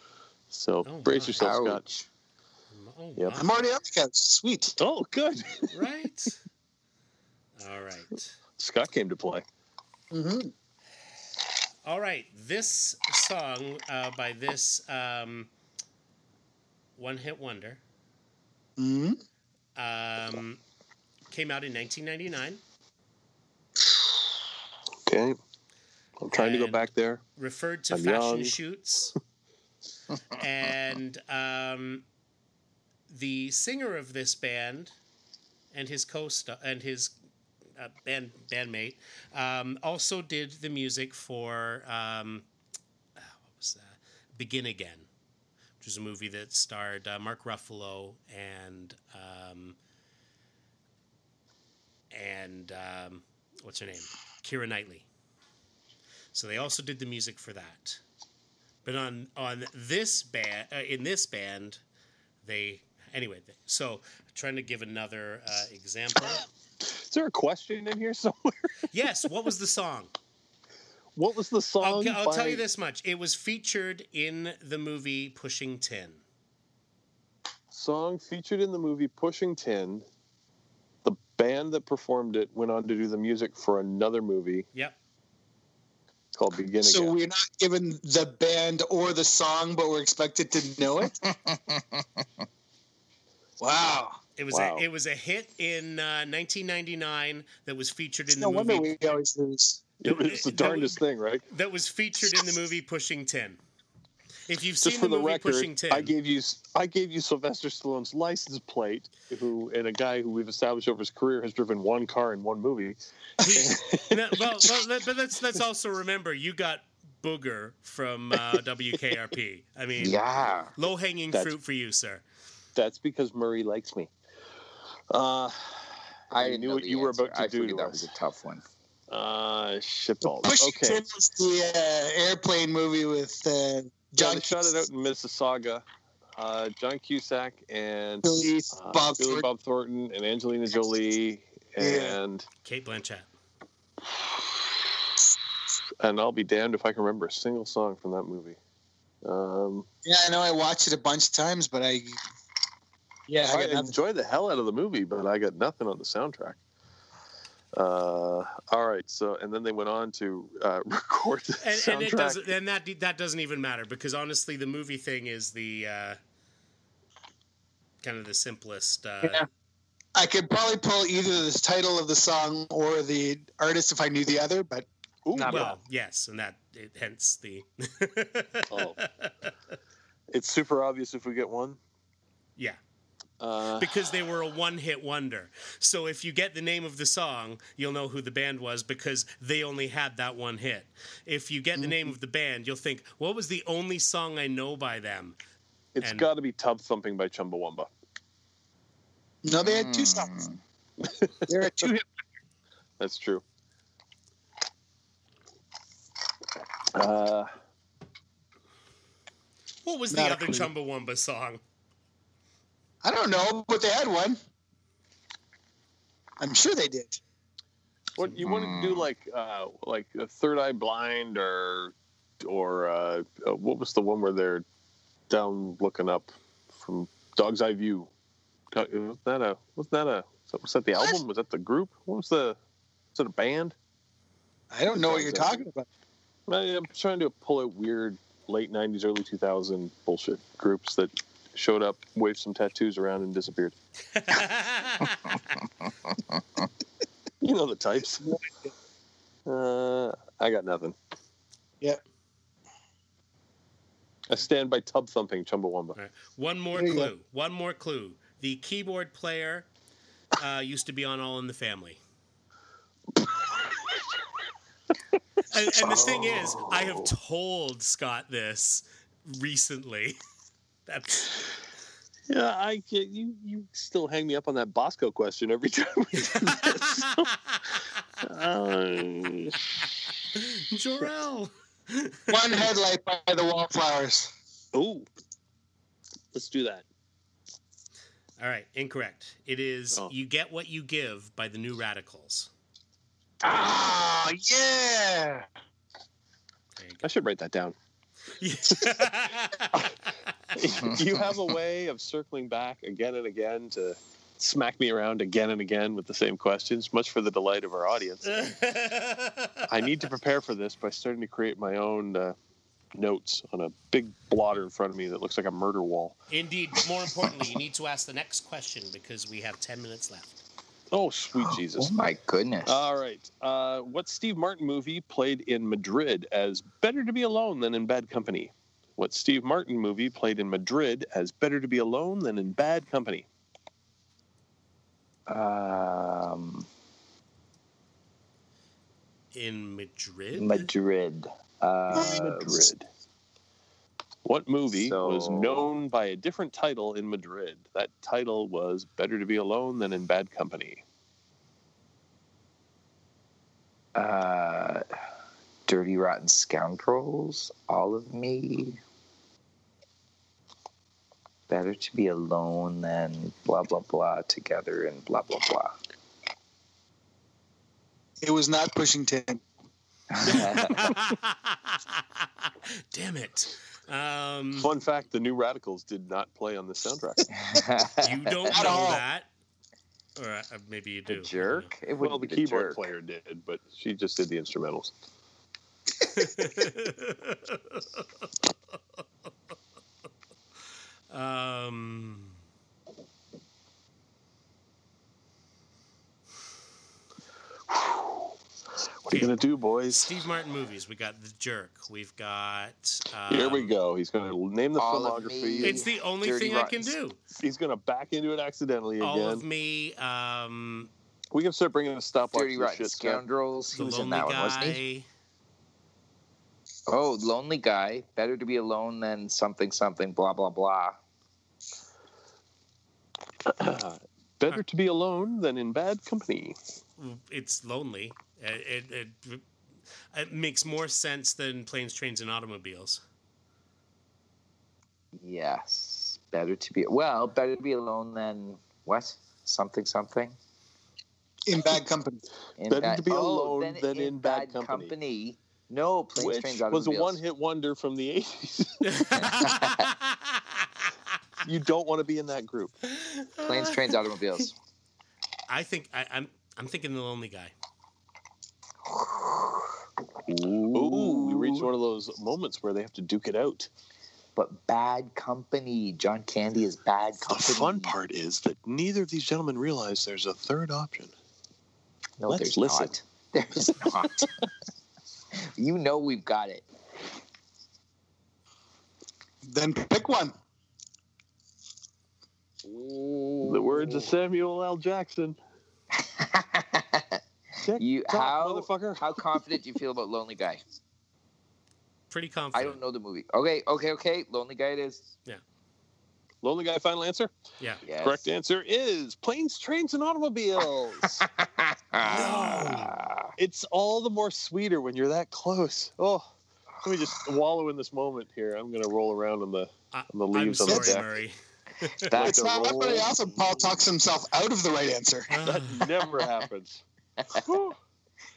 [SPEAKER 3] So
[SPEAKER 1] Oh,
[SPEAKER 3] brace
[SPEAKER 1] my.
[SPEAKER 3] yourself, Scott.
[SPEAKER 4] ouch.
[SPEAKER 1] Oh,
[SPEAKER 3] Yep.
[SPEAKER 1] my.
[SPEAKER 2] I'm already on the couch. Sweet.
[SPEAKER 3] Oh, good.
[SPEAKER 1] right? All right.
[SPEAKER 3] Scott came to play.
[SPEAKER 2] Mm-hmm.
[SPEAKER 1] All right. This song uh, by this um, one hit wonder
[SPEAKER 2] Mm-hmm.
[SPEAKER 1] um, came out in 1999,
[SPEAKER 3] Okay. I'm trying to go
[SPEAKER 1] And-
[SPEAKER 3] back there.
[SPEAKER 1] referred to
[SPEAKER 3] I'm
[SPEAKER 1] fashion
[SPEAKER 3] young.
[SPEAKER 1] shoots. and um, the singer of this band and his co and his uh, band bandmate um, also did the music for um, ah, what was that? Begin Again, which was a movie that starred uh, Mark Ruffalo and um, and um, what's her name, Kira Knightley. So they also did the music for that. But on on this band uh, in this band, they anyway. th- So trying to give another uh, example.
[SPEAKER 3] Is there a question in here somewhere?
[SPEAKER 1] yes, what was the song?
[SPEAKER 3] What was the song?
[SPEAKER 1] I'll, I'll
[SPEAKER 3] by-
[SPEAKER 1] tell you this much: it was featured in the movie Pushing Tin.
[SPEAKER 3] Song featured in the movie Pushing Tin. The band that performed it went on to do the music for another movie
[SPEAKER 1] Yep.
[SPEAKER 3] called Begin Again.
[SPEAKER 2] So we're not given the band or the song, but we're expected to know it. wow.
[SPEAKER 1] It was
[SPEAKER 3] Wow.
[SPEAKER 1] a, it was a hit in uh, 1999 that was featured in
[SPEAKER 2] No
[SPEAKER 1] the
[SPEAKER 2] wonder
[SPEAKER 1] movie
[SPEAKER 2] we always lose.
[SPEAKER 3] It was the darndest thing, right?
[SPEAKER 1] that was featured in the movie Pushing Tin. If you've
[SPEAKER 3] Just
[SPEAKER 1] seen
[SPEAKER 3] for
[SPEAKER 1] the
[SPEAKER 3] the
[SPEAKER 1] movie
[SPEAKER 3] record,
[SPEAKER 1] Pushing Tin,
[SPEAKER 3] I gave you I gave you Sylvester Stallone's license plate, who and a guy who we've established over his career has driven one car in one movie.
[SPEAKER 1] No, well, well, that- but let's let's also remember you got Booger from uh, WKRP. I mean,
[SPEAKER 4] Yeah.
[SPEAKER 1] low hanging
[SPEAKER 3] That's-
[SPEAKER 1] fruit for you, sir.
[SPEAKER 3] That's because Murray likes me. Uh, I,
[SPEAKER 4] didn't
[SPEAKER 3] knew
[SPEAKER 4] know
[SPEAKER 3] what
[SPEAKER 4] the
[SPEAKER 3] you were
[SPEAKER 4] answer.
[SPEAKER 3] about to
[SPEAKER 4] I
[SPEAKER 3] do
[SPEAKER 4] figured
[SPEAKER 3] to
[SPEAKER 4] that
[SPEAKER 3] us.
[SPEAKER 4] was a tough one.
[SPEAKER 3] Uh, shitballs.
[SPEAKER 2] Pushing
[SPEAKER 3] Okay.
[SPEAKER 2] Tim was the uh, airplane movie with uh,
[SPEAKER 3] John
[SPEAKER 2] John
[SPEAKER 3] shot it
[SPEAKER 2] Cusack,
[SPEAKER 3] out in Mississauga. Uh, John Cusack and
[SPEAKER 2] Billy
[SPEAKER 3] uh,
[SPEAKER 2] Bob Thornton.
[SPEAKER 3] Billy Bob Thornton and Angelina Jolie and
[SPEAKER 1] Kate Blanchett.
[SPEAKER 3] and I'll be damned if I can remember a single song from that movie. Um,
[SPEAKER 2] Yeah, I know I watched it a bunch of times, but I yeah, I
[SPEAKER 3] I,
[SPEAKER 2] got nothing.
[SPEAKER 3] enjoyed the hell out of the movie, but I got nothing on the soundtrack. Uh, all right, so and then they went on to uh, record the
[SPEAKER 1] And,
[SPEAKER 3] soundtrack.
[SPEAKER 1] and it doesn't. And that that doesn't even matter because honestly, the movie thing is the uh, kind of the simplest. Uh,
[SPEAKER 2] Yeah. I could probably pull either the title of the song or the artist if I knew the other, but
[SPEAKER 3] Ooh,
[SPEAKER 2] Not
[SPEAKER 1] Well, yes, and that it, hence the.
[SPEAKER 3] Oh. it's super obvious if we get one.
[SPEAKER 1] Yeah.
[SPEAKER 3] Uh,
[SPEAKER 1] because they were a one-hit wonder. So if you get the name of the song, you'll know who the band was because they only had that one hit. If you get the name of the band, you'll think, "What was the only song I know by them?"
[SPEAKER 3] it's
[SPEAKER 1] and-
[SPEAKER 3] got to be Tub Thumping by Chumbawamba.
[SPEAKER 2] no, they had two songs.
[SPEAKER 4] Mm.
[SPEAKER 3] Hmm.
[SPEAKER 2] There are two.
[SPEAKER 3] That's true. Uh,
[SPEAKER 1] What was
[SPEAKER 2] Not
[SPEAKER 1] the
[SPEAKER 2] a
[SPEAKER 1] other
[SPEAKER 2] clue.
[SPEAKER 1] Chumbawamba song?
[SPEAKER 2] I don't know, but they had one. I'm sure they did.
[SPEAKER 3] what you wanted to do,
[SPEAKER 4] Hmm.
[SPEAKER 3] like uh, like a Third Eye Blind, or or uh, uh, what was the one where they're down looking up from Dog's Eye View? Uh, Was that a was that a was that the
[SPEAKER 2] What?
[SPEAKER 3] album? Was that the group? What was the was it a band?
[SPEAKER 2] I don't know what you're talking about.
[SPEAKER 3] I- I'm trying to pull out weird late '90s, early 2000 bullshit groups that showed up, waved some tattoos around, and disappeared. You know the types. Uh, I got nothing.
[SPEAKER 2] Yeah.
[SPEAKER 3] I stand by tub thumping Chumbawamba.
[SPEAKER 1] One more
[SPEAKER 2] There you go.
[SPEAKER 1] clue. One more clue. The keyboard player uh, used to be on All in the Family. and, and the thing is, I
[SPEAKER 2] Oh.
[SPEAKER 1] have told Scott this recently. That's
[SPEAKER 3] Yeah, I get you. You still hang me up on that Bosco question every time. We do this. Uh,
[SPEAKER 1] Jorel.
[SPEAKER 2] One headlight by the Wallflowers.
[SPEAKER 3] oh, let's do that.
[SPEAKER 1] All right, incorrect. It is
[SPEAKER 3] Oh.
[SPEAKER 1] "You Get What You Give" by the New Radicals.
[SPEAKER 2] Ah, yeah.
[SPEAKER 1] There you
[SPEAKER 3] I should write that down.
[SPEAKER 1] go.
[SPEAKER 3] you have a way of circling back again and again to smack me around again and again with the same questions, much for the delight of our audience. I need to prepare for this by starting to create my own uh, notes on a big blotter in front of me that looks like a murder wall.
[SPEAKER 1] Indeed. More importantly, you need to ask the next question because we have 10 minutes left.
[SPEAKER 3] Oh, sweet Jesus.
[SPEAKER 4] Oh my goodness.
[SPEAKER 3] All right. Uh, what Steve Martin movie played in Madrid as Better to Be Alone Than in Bad Company? What Steve Martin movie played in Madrid as Better to Be Alone Than in Bad Company?
[SPEAKER 4] um,
[SPEAKER 1] In Madrid?
[SPEAKER 4] Madrid. Uh,
[SPEAKER 3] Madrid. What movie
[SPEAKER 4] So-
[SPEAKER 3] was known by a different title in Madrid? That title was Better to Be Alone Than in Bad Company.
[SPEAKER 4] uh, Dirty Rotten Scoundrels, All of Me. Better to be alone than blah blah blah together and blah blah blah.
[SPEAKER 2] It was not pushing Tim.
[SPEAKER 1] Damn it. Um,
[SPEAKER 3] Fun fact: The New Radicals did not play on the soundtrack.
[SPEAKER 1] you don't know
[SPEAKER 2] At all.
[SPEAKER 1] that. Or uh, maybe you do. I
[SPEAKER 4] The
[SPEAKER 1] don't
[SPEAKER 4] jerk. It would
[SPEAKER 3] well, the
[SPEAKER 4] be
[SPEAKER 3] keyboard
[SPEAKER 4] jerk.
[SPEAKER 3] player did, but she just did the instrumentals.
[SPEAKER 1] know. um,
[SPEAKER 3] What are you gonna do, boys?
[SPEAKER 1] Steve Martin movies. We got The Jerk. We've got. Um,
[SPEAKER 3] Here we go. He's gonna name the
[SPEAKER 4] All of me.
[SPEAKER 3] filmography.
[SPEAKER 1] It's the only
[SPEAKER 4] Dirty
[SPEAKER 1] thing
[SPEAKER 4] Rotten
[SPEAKER 1] I can do.
[SPEAKER 3] He's gonna back into it accidentally
[SPEAKER 1] All
[SPEAKER 3] again.
[SPEAKER 1] of me. Um,
[SPEAKER 3] We can start bringing a stopwatch.
[SPEAKER 4] Dirty
[SPEAKER 3] and
[SPEAKER 4] Rotten
[SPEAKER 3] shit, Scott.
[SPEAKER 4] Scoundrels.
[SPEAKER 1] the
[SPEAKER 4] He was in
[SPEAKER 1] lonely
[SPEAKER 4] that one, wasn't he?
[SPEAKER 1] guy.
[SPEAKER 4] Oh, lonely guy. Better to be alone than something, something, blah, blah, blah.
[SPEAKER 3] Uh, Better to be alone than in bad company.
[SPEAKER 1] It's lonely. It, it, it, it makes more sense than planes, trains, and automobiles.
[SPEAKER 4] Yes. Better to be, well, better to be alone than what? Something, something?
[SPEAKER 2] in bad company.
[SPEAKER 4] In Oh,
[SPEAKER 3] Better to be alone
[SPEAKER 4] then
[SPEAKER 3] than in bad company.
[SPEAKER 4] No, planes,
[SPEAKER 3] which
[SPEAKER 4] trains,
[SPEAKER 3] was a
[SPEAKER 4] automobiles.
[SPEAKER 3] one-hit wonder from the 80s. you don't want to be in that group.
[SPEAKER 4] Planes, trains, automobiles.
[SPEAKER 1] I think I, I'm. I'm thinking the lonely guy.
[SPEAKER 3] Ooh, we reached one of those moments where they have to duke it out.
[SPEAKER 4] But bad company. John Candy is bad
[SPEAKER 3] The
[SPEAKER 4] company.
[SPEAKER 3] fun part is that neither of these gentlemen realize there's a third option.
[SPEAKER 4] No,
[SPEAKER 3] Let's
[SPEAKER 4] there's
[SPEAKER 3] listen.
[SPEAKER 4] not. There's not. you know we've got it.
[SPEAKER 2] Then pick one.
[SPEAKER 3] The words of Samuel L. Jackson. Tick
[SPEAKER 4] you
[SPEAKER 3] tock,
[SPEAKER 4] how
[SPEAKER 3] motherfucker.
[SPEAKER 4] how confident do you feel about Lonely Guy?
[SPEAKER 1] Pretty confident.
[SPEAKER 4] I don't know the movie. Okay, okay, okay. Lonely Guy it is.
[SPEAKER 3] Lonely guy. Final answer.
[SPEAKER 1] Yeah.
[SPEAKER 4] Yes.
[SPEAKER 3] Correct answer is planes, trains, and automobiles.
[SPEAKER 4] Ah.
[SPEAKER 3] it's all the more sweeter when you're that close. Oh, let me just wallow in this moment here. I'm gonna roll around on the
[SPEAKER 1] I,
[SPEAKER 3] on the
[SPEAKER 1] I'm
[SPEAKER 3] leaves on the
[SPEAKER 1] sorry,
[SPEAKER 2] That's-
[SPEAKER 3] deck.
[SPEAKER 1] Murray.
[SPEAKER 4] That's
[SPEAKER 2] It's
[SPEAKER 4] a
[SPEAKER 2] not
[SPEAKER 4] roll.
[SPEAKER 2] happening. Also, Paul talks himself out of the right answer.
[SPEAKER 1] Ah,
[SPEAKER 3] That never happens. Whew.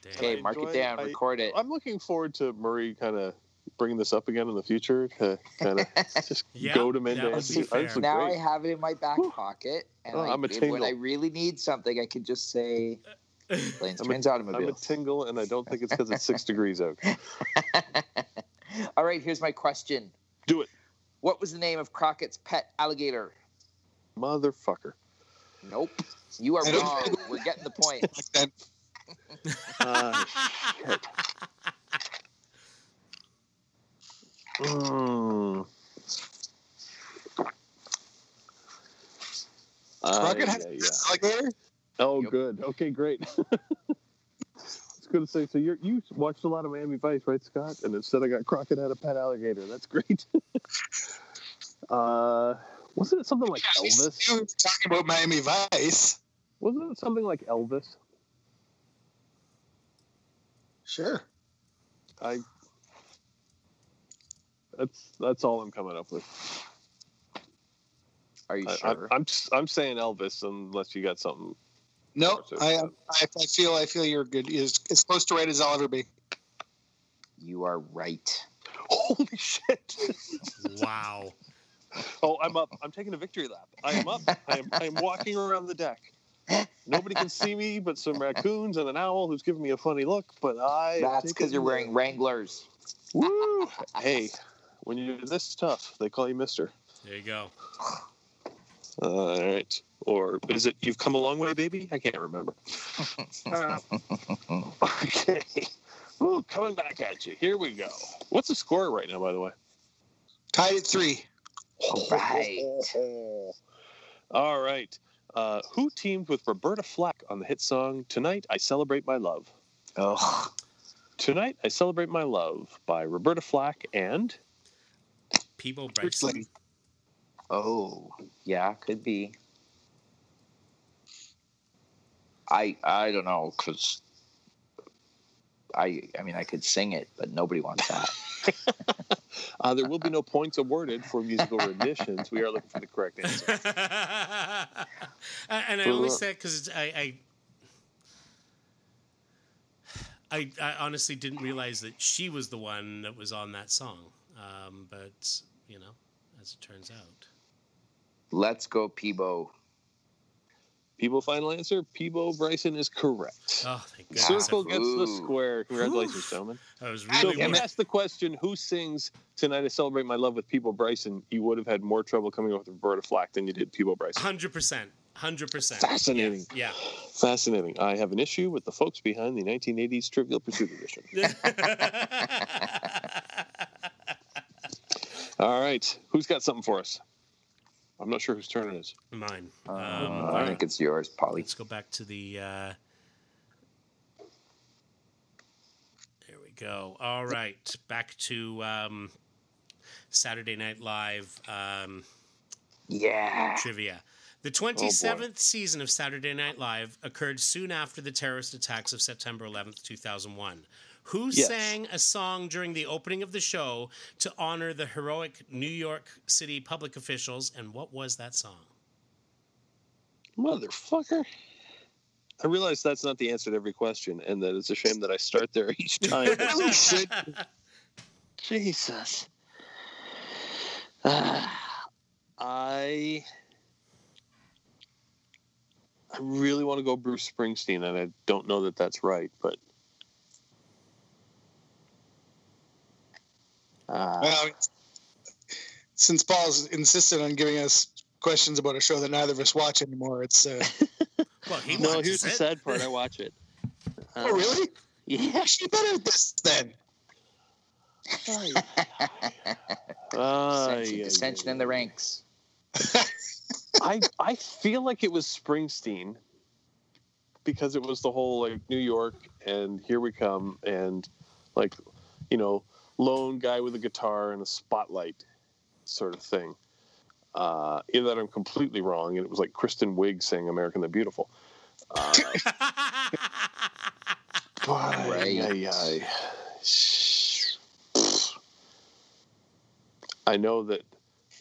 [SPEAKER 1] damn.
[SPEAKER 4] Okay, mark it
[SPEAKER 3] Enjoy-
[SPEAKER 4] down.
[SPEAKER 3] I-
[SPEAKER 4] record it.
[SPEAKER 3] I'm looking forward to Murray kind of bringing this up again in the future to kind of just
[SPEAKER 1] Yeah,
[SPEAKER 3] go to Mendez.
[SPEAKER 1] that would be fair.
[SPEAKER 3] Actually,
[SPEAKER 4] now
[SPEAKER 3] great.
[SPEAKER 4] I have it in my back
[SPEAKER 3] Whew.
[SPEAKER 4] pocket, and
[SPEAKER 3] Oh,
[SPEAKER 4] I,
[SPEAKER 3] I'm a
[SPEAKER 4] and when
[SPEAKER 3] tingle.
[SPEAKER 4] I really need something, I can just say planes,
[SPEAKER 3] I'm a-
[SPEAKER 4] trains,
[SPEAKER 3] I'm a
[SPEAKER 4] automobiles.
[SPEAKER 3] tingle, and I don't think it's because it's six degrees out.
[SPEAKER 4] All right, here's my question.
[SPEAKER 3] Do it,
[SPEAKER 4] What was the name of Crockett's pet alligator?
[SPEAKER 3] motherfucker.
[SPEAKER 4] Nope. You are
[SPEAKER 2] I don't-
[SPEAKER 4] wrong. We're getting the point.
[SPEAKER 2] Then
[SPEAKER 4] Oh,
[SPEAKER 3] Uh, Mm. Uh,
[SPEAKER 2] Crockett
[SPEAKER 3] yeah,
[SPEAKER 2] had
[SPEAKER 3] yeah.
[SPEAKER 2] alligator.
[SPEAKER 3] Oh,
[SPEAKER 4] Yep.
[SPEAKER 3] good. Okay, great. I was gonna say, so you're, you watched a lot of Miami Vice, right, Scott? And instead, I got Crockett had a pet alligator. That's great. uh, wasn't it something like
[SPEAKER 2] Yeah, we
[SPEAKER 3] Elvis?
[SPEAKER 2] were talking about Miami Vice.
[SPEAKER 3] Wasn't it something like Elvis?
[SPEAKER 2] Sure.
[SPEAKER 3] I. That's that's all I'm coming up with.
[SPEAKER 4] Are you
[SPEAKER 3] I,
[SPEAKER 4] sure?
[SPEAKER 3] I, I'm s- I'm saying Elvis unless you got something.
[SPEAKER 2] No, I, I, I feel I feel you're good. As, as close to right as I'll ever be.
[SPEAKER 4] you are right.
[SPEAKER 3] Holy shit!
[SPEAKER 1] wow.
[SPEAKER 3] Oh, I'm up. I'm taking a victory lap. I am up. I am, I am walking around the deck. Nobody can see me but some raccoons and an owl who's giving me a funny look. But I.
[SPEAKER 4] That's because you're wearing Wranglers.
[SPEAKER 3] Woo! Hey, when you're this tough, they call you Mister.
[SPEAKER 1] There you go.
[SPEAKER 3] All right. Or is it you've come a long way, baby? I can't remember. Uh, okay. Ooh, coming back at you. Here we go. What's the score right now, by the way?
[SPEAKER 2] Tied at three.
[SPEAKER 4] All right.
[SPEAKER 3] All right. Uh, who teamed with Roberta Flack on the hit song Tonight I Celebrate My Love?
[SPEAKER 4] Oh,
[SPEAKER 3] Tonight I Celebrate My Love by Roberta Flack and
[SPEAKER 1] People Bryson.
[SPEAKER 4] oh, yeah, could be. I I don't know because I I mean I could sing it, but nobody wants that.
[SPEAKER 3] uh, there will be no points awarded for musical renditions. We are looking for the correct answer.
[SPEAKER 1] and I only say because I, I, I, I honestly didn't realize that she was the one that was on that song. Um, but you know, as it turns out,
[SPEAKER 4] Let's go, Peebo.
[SPEAKER 3] Peebo final answer. Peebo Bryson is correct.
[SPEAKER 1] oh thank goodness!
[SPEAKER 3] Circle
[SPEAKER 1] I,
[SPEAKER 3] gets the
[SPEAKER 4] Ooh.
[SPEAKER 3] square. Congratulations,
[SPEAKER 1] Oof.
[SPEAKER 3] gentlemen.
[SPEAKER 1] I was
[SPEAKER 3] So
[SPEAKER 1] really
[SPEAKER 3] if you
[SPEAKER 1] wondering.
[SPEAKER 3] asked the question, who sings Tonight I Celebrate My Love with Peebo Bryson, you would have had more trouble coming up with Roberta Flack than you did Peebo Bryson.
[SPEAKER 1] hundred percent, hundred percent.
[SPEAKER 3] Fascinating.
[SPEAKER 1] Yeah.
[SPEAKER 3] Fascinating. I have an issue with the folks behind the 1980s Trivial Pursuit Edition. All right. Who's got something for us? I'm not sure whose turn it is.
[SPEAKER 1] Mine. Um,
[SPEAKER 4] Uh,
[SPEAKER 1] all
[SPEAKER 4] I
[SPEAKER 1] right.
[SPEAKER 4] think it's yours, Polly.
[SPEAKER 1] Let's go back to the. Uh, there we go. All right, back to um, Saturday Night Live um,
[SPEAKER 4] Yeah.
[SPEAKER 1] trivia.
[SPEAKER 3] Oh,
[SPEAKER 1] The 27th season of Saturday Night Live occurred soon after the terrorist attacks of September 11th, 2001. Who
[SPEAKER 3] Yes.
[SPEAKER 1] sang a song during the opening of the show to honor the heroic New York City public officials, and what was that song?
[SPEAKER 3] Motherfucker. I realize that's not the answer to every question, and that it's a shame that I start there each time.
[SPEAKER 2] Really should.
[SPEAKER 3] Jesus. Ah, I I really want to go Bruce Springsteen, and I don't know that that's right, but uh,
[SPEAKER 2] Well, since Paul's insisted on giving us questions about a show that neither of us watch anymore, it's uh,
[SPEAKER 1] Well, he
[SPEAKER 3] no.
[SPEAKER 1] watches
[SPEAKER 3] Here's the
[SPEAKER 1] it.
[SPEAKER 3] sad part: I watch it.
[SPEAKER 2] oh really?
[SPEAKER 3] Yeah.
[SPEAKER 2] You're actually better at this then.
[SPEAKER 3] Ah,
[SPEAKER 4] Dissension,
[SPEAKER 3] yeah,
[SPEAKER 4] dissension
[SPEAKER 3] yeah,
[SPEAKER 4] in the
[SPEAKER 3] yeah.
[SPEAKER 4] ranks.
[SPEAKER 3] I I feel like it was Springsteen because it was the whole like New York and here we come and like you know lone guy with a guitar and a spotlight sort of thing. Uh, either that or I'm completely wrong, and it was like Kristen Wiig saying "American the Beautiful." Uh, but-
[SPEAKER 4] Right.
[SPEAKER 3] ay, ay. I know that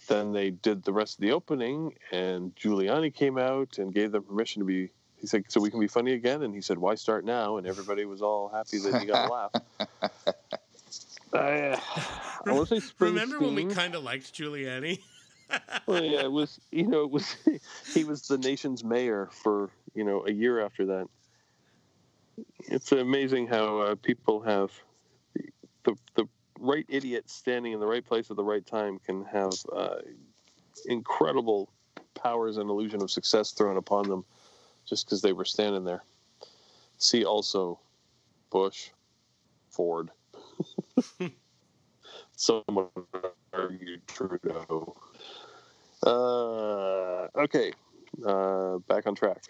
[SPEAKER 3] then they did the rest of the opening, and Giuliani came out and gave them permission to be. He said, "So we can be funny again," and he said, "Why start now?" And everybody was all happy that he got a laugh. I, uh, I want to say
[SPEAKER 1] Remember when we
[SPEAKER 3] Springsteen.
[SPEAKER 1] kind of liked Giuliani?
[SPEAKER 3] Well, yeah, it was. You know, it was. he was the nation's mayor for you know a year after that. It's amazing how uh, people have the, the the right idiot standing in the right place at the right time can have uh, incredible powers and illusion of success thrown upon them just because they were standing there. See also Bush, Ford. Someone argued Trudeau. Uh, okay, uh, back on track.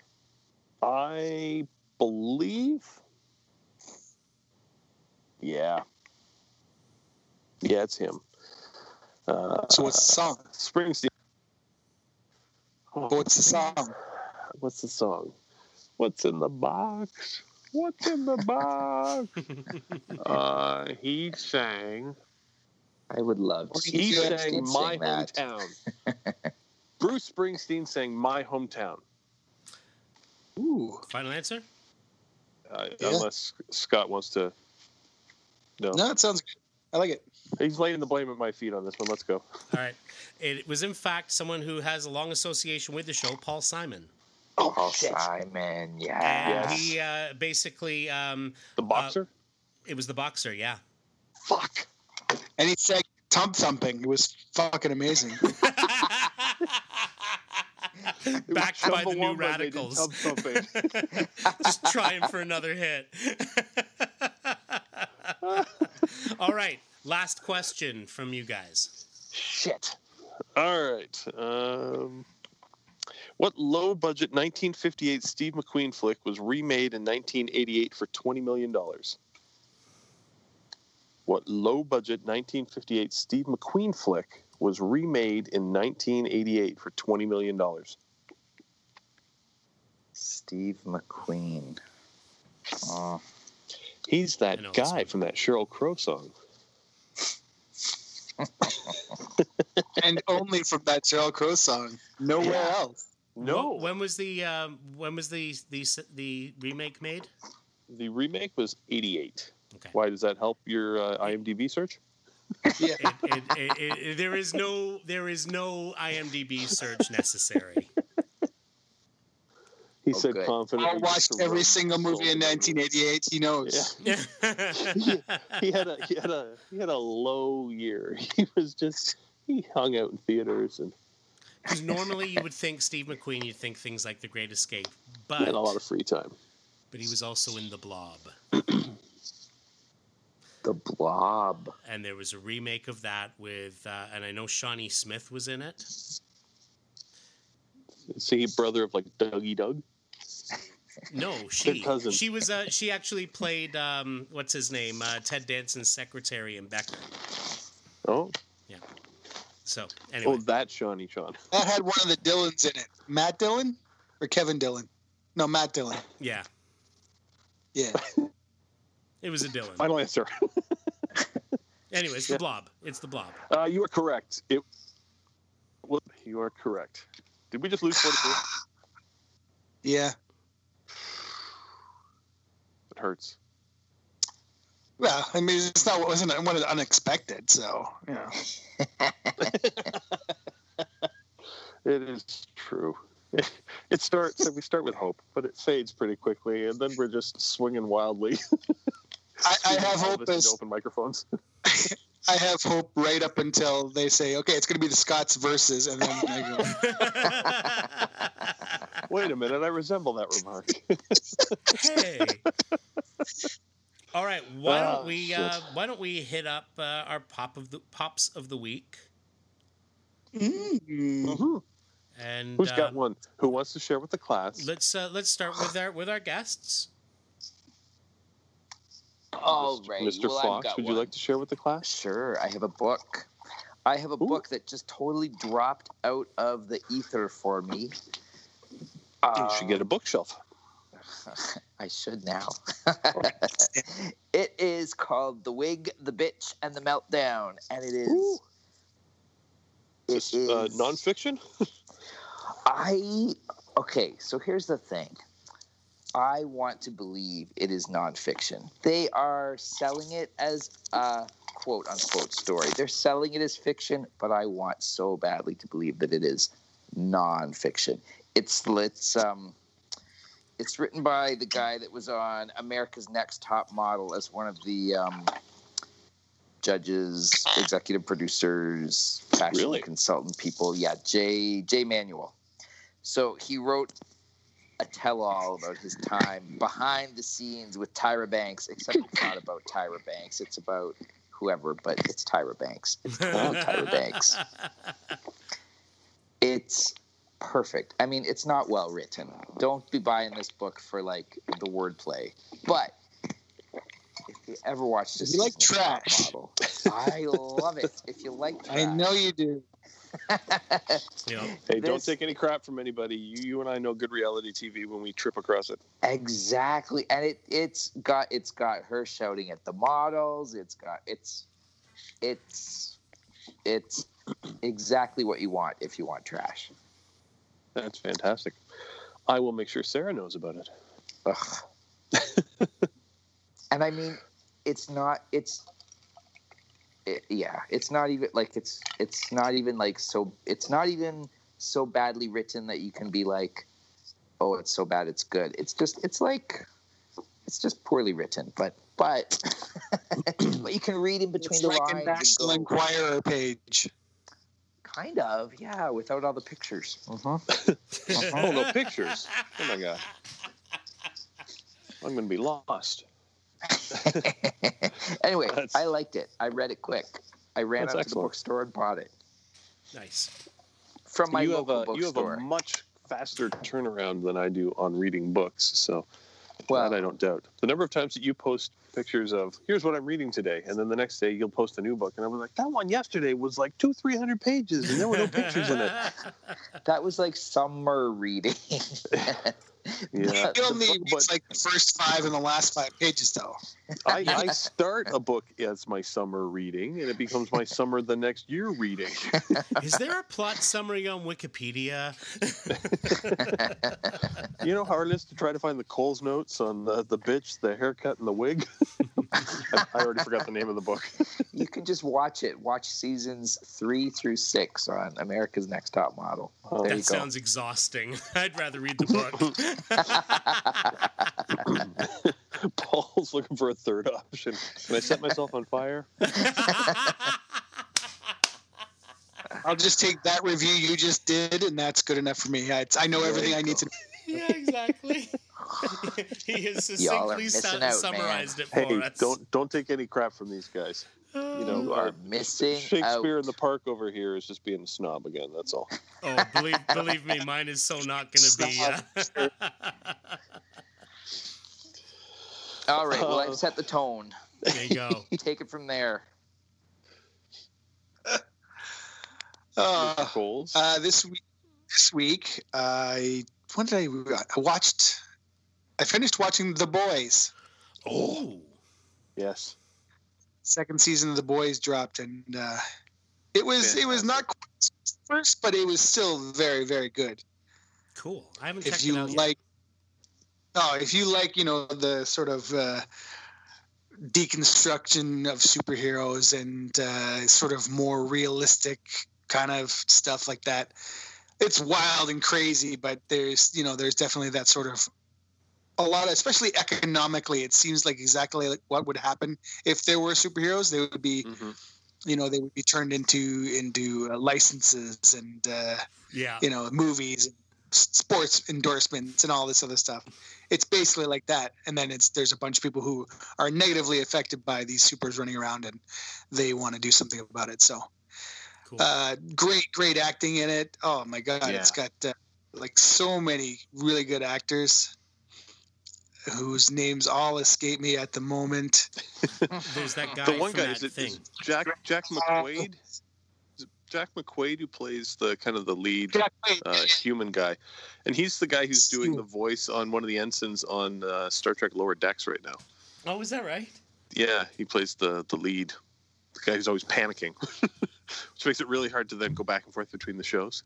[SPEAKER 3] I believe. Yeah. Yeah, it's him. Uh,
[SPEAKER 2] So what's the song?
[SPEAKER 3] Springsteen. Oh,
[SPEAKER 2] What's the song?
[SPEAKER 3] what's the song? What's in the box? What's in the box? uh, he sang.
[SPEAKER 4] I would love to. see
[SPEAKER 3] He
[SPEAKER 2] Did you
[SPEAKER 3] sang
[SPEAKER 4] Springsteen
[SPEAKER 3] my
[SPEAKER 4] sing that.
[SPEAKER 3] hometown. Bruce Springsteen sang my hometown.
[SPEAKER 2] Ooh,
[SPEAKER 1] Final answer?
[SPEAKER 3] Uh,
[SPEAKER 2] Yeah.
[SPEAKER 3] Unless Scott wants to. No.
[SPEAKER 2] no, it sounds good. I like it.
[SPEAKER 3] He's laying the blame at my feet on this one. Let's go.
[SPEAKER 1] All right. It was, in fact, someone who has a long association with the show, Paul Simon.
[SPEAKER 4] Oh,
[SPEAKER 2] shit.
[SPEAKER 4] Simon,
[SPEAKER 1] And
[SPEAKER 4] yeah.
[SPEAKER 3] Yes.
[SPEAKER 1] he uh, basically, um,
[SPEAKER 3] The boxer?
[SPEAKER 1] it was the boxer, yeah.
[SPEAKER 3] Fuck.
[SPEAKER 2] And he said thump thumping. It was fucking amazing.
[SPEAKER 1] Backed by the new
[SPEAKER 3] Chumbawamba, they did
[SPEAKER 1] radicals.
[SPEAKER 3] Tub thumping.
[SPEAKER 1] Just trying for another hit. All right. Last question from you guys.
[SPEAKER 3] Shit. All right. Um, what low budget 1958 Steve McQueen flick was remade in 1988 for $20 million? What low budget 1958 Steve McQueen flick was remade in 1988 for $20 million?
[SPEAKER 4] Steve McQueen. Oh,
[SPEAKER 3] He's
[SPEAKER 1] I know
[SPEAKER 3] that
[SPEAKER 1] this
[SPEAKER 3] guy
[SPEAKER 1] one.
[SPEAKER 3] from that Cheryl Crow song.
[SPEAKER 2] and only from that Cheryl Crow song. Nowhere
[SPEAKER 3] Yeah.
[SPEAKER 2] else.
[SPEAKER 1] Wh- When was the um, when was the, the s- the remake made?
[SPEAKER 3] The remake was 88.
[SPEAKER 1] Okay.
[SPEAKER 3] Why does that help your uh, IMDb search?
[SPEAKER 2] Yeah.
[SPEAKER 1] It, it, it, it, there is no there is no IMDb search necessary.
[SPEAKER 3] He
[SPEAKER 4] Oh,
[SPEAKER 3] said
[SPEAKER 4] good.
[SPEAKER 3] confidently.
[SPEAKER 2] I watched
[SPEAKER 3] just
[SPEAKER 2] every
[SPEAKER 3] wrote
[SPEAKER 2] single movie in
[SPEAKER 3] slowly.
[SPEAKER 2] 1988. He knows.
[SPEAKER 3] He had a he had a he had a low year. He was just he hung out in theaters and
[SPEAKER 1] 'Cause normally you would think Steve McQueen, you'd think things like The Great Escape, but
[SPEAKER 3] had a lot of free time.
[SPEAKER 1] but he was also in The Blob,
[SPEAKER 4] the blob.
[SPEAKER 1] and there was a remake of that with, uh, and I know Shawnee Smith was in it.
[SPEAKER 3] Is he brother of like Dougie Doug?
[SPEAKER 1] No, she
[SPEAKER 3] cousin.
[SPEAKER 1] she was uh, she actually played um, what's his name uh, Ted Danson's secretary in Becker.
[SPEAKER 3] Oh,
[SPEAKER 1] So anyway,
[SPEAKER 3] oh, that Shawnee Sean.
[SPEAKER 2] That had one of the Dillons in it. Matt Dillon or Kevin Dillon? No, Matt Dillon.
[SPEAKER 1] yeah,
[SPEAKER 2] Yeah.
[SPEAKER 1] it was a Dylan.
[SPEAKER 3] Final answer.
[SPEAKER 1] Anyway, it's the blob. It's the blob.
[SPEAKER 3] Uh, you are correct. It. Well, you are correct. Did we just lose forty three?
[SPEAKER 2] Yeah.
[SPEAKER 3] It hurts.
[SPEAKER 2] Well, I mean, it's not what wasn't it wasn't unexpected, so you know.
[SPEAKER 3] It is true. It starts. We start with hope, but it fades pretty quickly, and then we're just swinging wildly.
[SPEAKER 2] I, I have
[SPEAKER 3] All
[SPEAKER 2] hope
[SPEAKER 3] this
[SPEAKER 2] as
[SPEAKER 3] into open microphones.
[SPEAKER 2] I have hope right up until they say, okay, it's going to be the Scots versus, and then I go,
[SPEAKER 3] Wait a minute, I resemble that remark.
[SPEAKER 1] hey. All right, why
[SPEAKER 3] Ah,
[SPEAKER 1] don't we uh,
[SPEAKER 3] shit.
[SPEAKER 1] why don't we hit up uh, our pop of the pops of the week
[SPEAKER 2] mm,
[SPEAKER 3] Who's
[SPEAKER 1] and uh,
[SPEAKER 3] got one? Who wants to share with the class?
[SPEAKER 1] let's uh, let's start with our with our guests.
[SPEAKER 4] All right,
[SPEAKER 3] Mr.
[SPEAKER 4] well, I've
[SPEAKER 3] Fox,
[SPEAKER 4] got
[SPEAKER 3] would
[SPEAKER 4] one.
[SPEAKER 3] you like to share with the class?
[SPEAKER 4] Sure, I have a book. I have a
[SPEAKER 3] Ooh.
[SPEAKER 4] book that just totally dropped out of the ether for me.
[SPEAKER 3] you should get a bookshelf.
[SPEAKER 4] I should now. it is called The Wig, The Bitch, and The Meltdown, and it is.
[SPEAKER 3] Ooh.
[SPEAKER 4] it
[SPEAKER 3] This, uh,
[SPEAKER 4] is-
[SPEAKER 3] nonfiction.
[SPEAKER 4] I okay. So here's the thing. I want to believe it is nonfiction. They are selling it as a quote unquote story. They're selling it as fiction, but I want so badly to believe that it is nonfiction. It's it's um, it's written by the guy that was on America's Next Top Model as one of the um, judges, executive producers, fashion
[SPEAKER 3] Really?
[SPEAKER 4] consultant people. Yeah, Jay Jay Manuel. So he wrote a tell-all about his time behind the scenes with Tyra Banks, except it's not about Tyra Banks. It's about whoever, but it's Tyra Banks. It's
[SPEAKER 3] Oh,
[SPEAKER 4] called Tyra Banks. It's perfect. I mean, it's not well written. Don't be buying this book for like the wordplay. But if you ever watch this,
[SPEAKER 2] You like
[SPEAKER 4] season of Top
[SPEAKER 2] trash.
[SPEAKER 4] Model, I love it. If you like trash,
[SPEAKER 2] I know you do.
[SPEAKER 1] Yep.
[SPEAKER 3] Hey, don't
[SPEAKER 4] This-
[SPEAKER 3] take any crap from anybody. You, you and I know good reality TV when we trip across it.
[SPEAKER 4] Exactly, and it it's got it's got her shouting at the models. It's got it's it's it's exactly what you want if you want trash.
[SPEAKER 3] That's fantastic. I will make sure Sarah knows about it.
[SPEAKER 4] Ugh. and I mean, it's not it's it, yeah, it's not even like it's it's not even like so it's not even so badly written that you can be like, oh, it's so bad, it's good. It's just it's like it's just poorly written, but but but you can read in between
[SPEAKER 2] it's
[SPEAKER 4] the
[SPEAKER 2] like
[SPEAKER 4] lines.
[SPEAKER 2] a
[SPEAKER 4] and
[SPEAKER 2] National
[SPEAKER 4] go,
[SPEAKER 2] Enquirer page.
[SPEAKER 4] kind of, yeah, without all the pictures. Mhm.
[SPEAKER 3] Oh, no pictures. Oh my god. I'm going to be lost.
[SPEAKER 4] anyway,
[SPEAKER 3] That's-
[SPEAKER 4] I liked it. I read it quick. I ran out
[SPEAKER 3] That's
[SPEAKER 4] to the
[SPEAKER 3] excellent.
[SPEAKER 4] bookstore and bought it
[SPEAKER 1] Nice.
[SPEAKER 4] from my
[SPEAKER 3] you have
[SPEAKER 4] local
[SPEAKER 3] a you have
[SPEAKER 4] bookstore.
[SPEAKER 3] a much faster turnaround than I do on reading books. So
[SPEAKER 4] Well-
[SPEAKER 3] that I don't doubt. The number of times that you post pictures of here's what I'm reading today, and then the next day you'll post a new book, and I'm like that one yesterday was like two three hundred pages, and there were no pictures in it.
[SPEAKER 4] that was like summer reading.
[SPEAKER 3] Yeah,
[SPEAKER 2] You
[SPEAKER 4] The
[SPEAKER 2] only
[SPEAKER 4] book-
[SPEAKER 2] read
[SPEAKER 3] but-
[SPEAKER 2] like the first five and the last five pages, though.
[SPEAKER 3] I, I start a book as my summer reading, and it becomes my summer the next year reading.
[SPEAKER 1] Is there a plot summary on Wikipedia?
[SPEAKER 3] You know how hard it is to try to find the Coles notes on the, the bitch, the haircut, and the wig. I, I already forgot the name of the book.
[SPEAKER 4] you can just watch it. Watch seasons three through six on America's Next Top Model.
[SPEAKER 3] Oh.
[SPEAKER 4] There you
[SPEAKER 1] That
[SPEAKER 4] go.
[SPEAKER 1] sounds exhausting. I'd rather read the book.
[SPEAKER 3] Paul's looking for a third option. Can I set myself on fire?
[SPEAKER 2] I'll just take that review you just did, and that's good enough for me. I, it's, I know
[SPEAKER 3] There
[SPEAKER 2] everything
[SPEAKER 3] you
[SPEAKER 2] I need
[SPEAKER 3] go.
[SPEAKER 2] to.
[SPEAKER 1] yeah, exactly. he has
[SPEAKER 4] Y'all are
[SPEAKER 1] succinctly
[SPEAKER 4] missing
[SPEAKER 1] su-
[SPEAKER 4] out,
[SPEAKER 1] summarized it for
[SPEAKER 3] Hey,
[SPEAKER 1] us.
[SPEAKER 3] don't don't take any crap from these guys.
[SPEAKER 1] you
[SPEAKER 3] know,
[SPEAKER 4] You
[SPEAKER 3] our
[SPEAKER 4] are missing
[SPEAKER 3] Shakespeare
[SPEAKER 4] out.
[SPEAKER 3] in the Park over here is just being a snob again. That's all.
[SPEAKER 1] Oh, believe believe me, mine is so not going to be. Uh,
[SPEAKER 4] All right. Well, I've set the tone.
[SPEAKER 1] There you go.
[SPEAKER 4] Take it from there.
[SPEAKER 2] Uh,
[SPEAKER 3] Goals.
[SPEAKER 2] uh, this week, this week, I when did I? I watched. I finished watching The Boys.
[SPEAKER 1] Oh,
[SPEAKER 3] yes.
[SPEAKER 2] Second season of The Boys dropped, and uh, it was it was not quite first, but it was still very very good.
[SPEAKER 1] cool. I haven't checked
[SPEAKER 2] if you
[SPEAKER 1] it out yet.
[SPEAKER 2] like no if you like you know the sort of uh, deconstruction of superheroes and uh, sort of more realistic kind of stuff like that it's wild and crazy but there's you know there's definitely that sort of a lot of, especially economically it seems like exactly like what would happen if there were superheroes they would be
[SPEAKER 3] hmm
[SPEAKER 2] you know they would be turned into into uh, licenses and uh,
[SPEAKER 1] Yeah.
[SPEAKER 2] you know movies s- sports endorsements and all this other stuff it's basically like that and then it's there's a bunch of people who are negatively affected by these supers running around and they want to do something about it so
[SPEAKER 1] Cool.
[SPEAKER 2] uh, great great acting in it oh my god it's got uh, like so many really good actors whose names all escape me at the moment
[SPEAKER 1] There's that guy.
[SPEAKER 3] The one
[SPEAKER 1] from
[SPEAKER 3] guy
[SPEAKER 1] that
[SPEAKER 3] is, it,
[SPEAKER 1] thing.
[SPEAKER 3] is Jack Jack McQuaid. Is it Jack McQuaid who plays the kind of the lead
[SPEAKER 2] Jack Quaid.
[SPEAKER 3] uh, human guy, and he's the guy who's doing the voice on one of the ensigns on uh, Star Trek Lower Decks right now.
[SPEAKER 1] Oh, is that right?
[SPEAKER 3] Yeah, he plays the the lead, the guy who's always panicking, which makes it really hard to then go back and forth between the shows.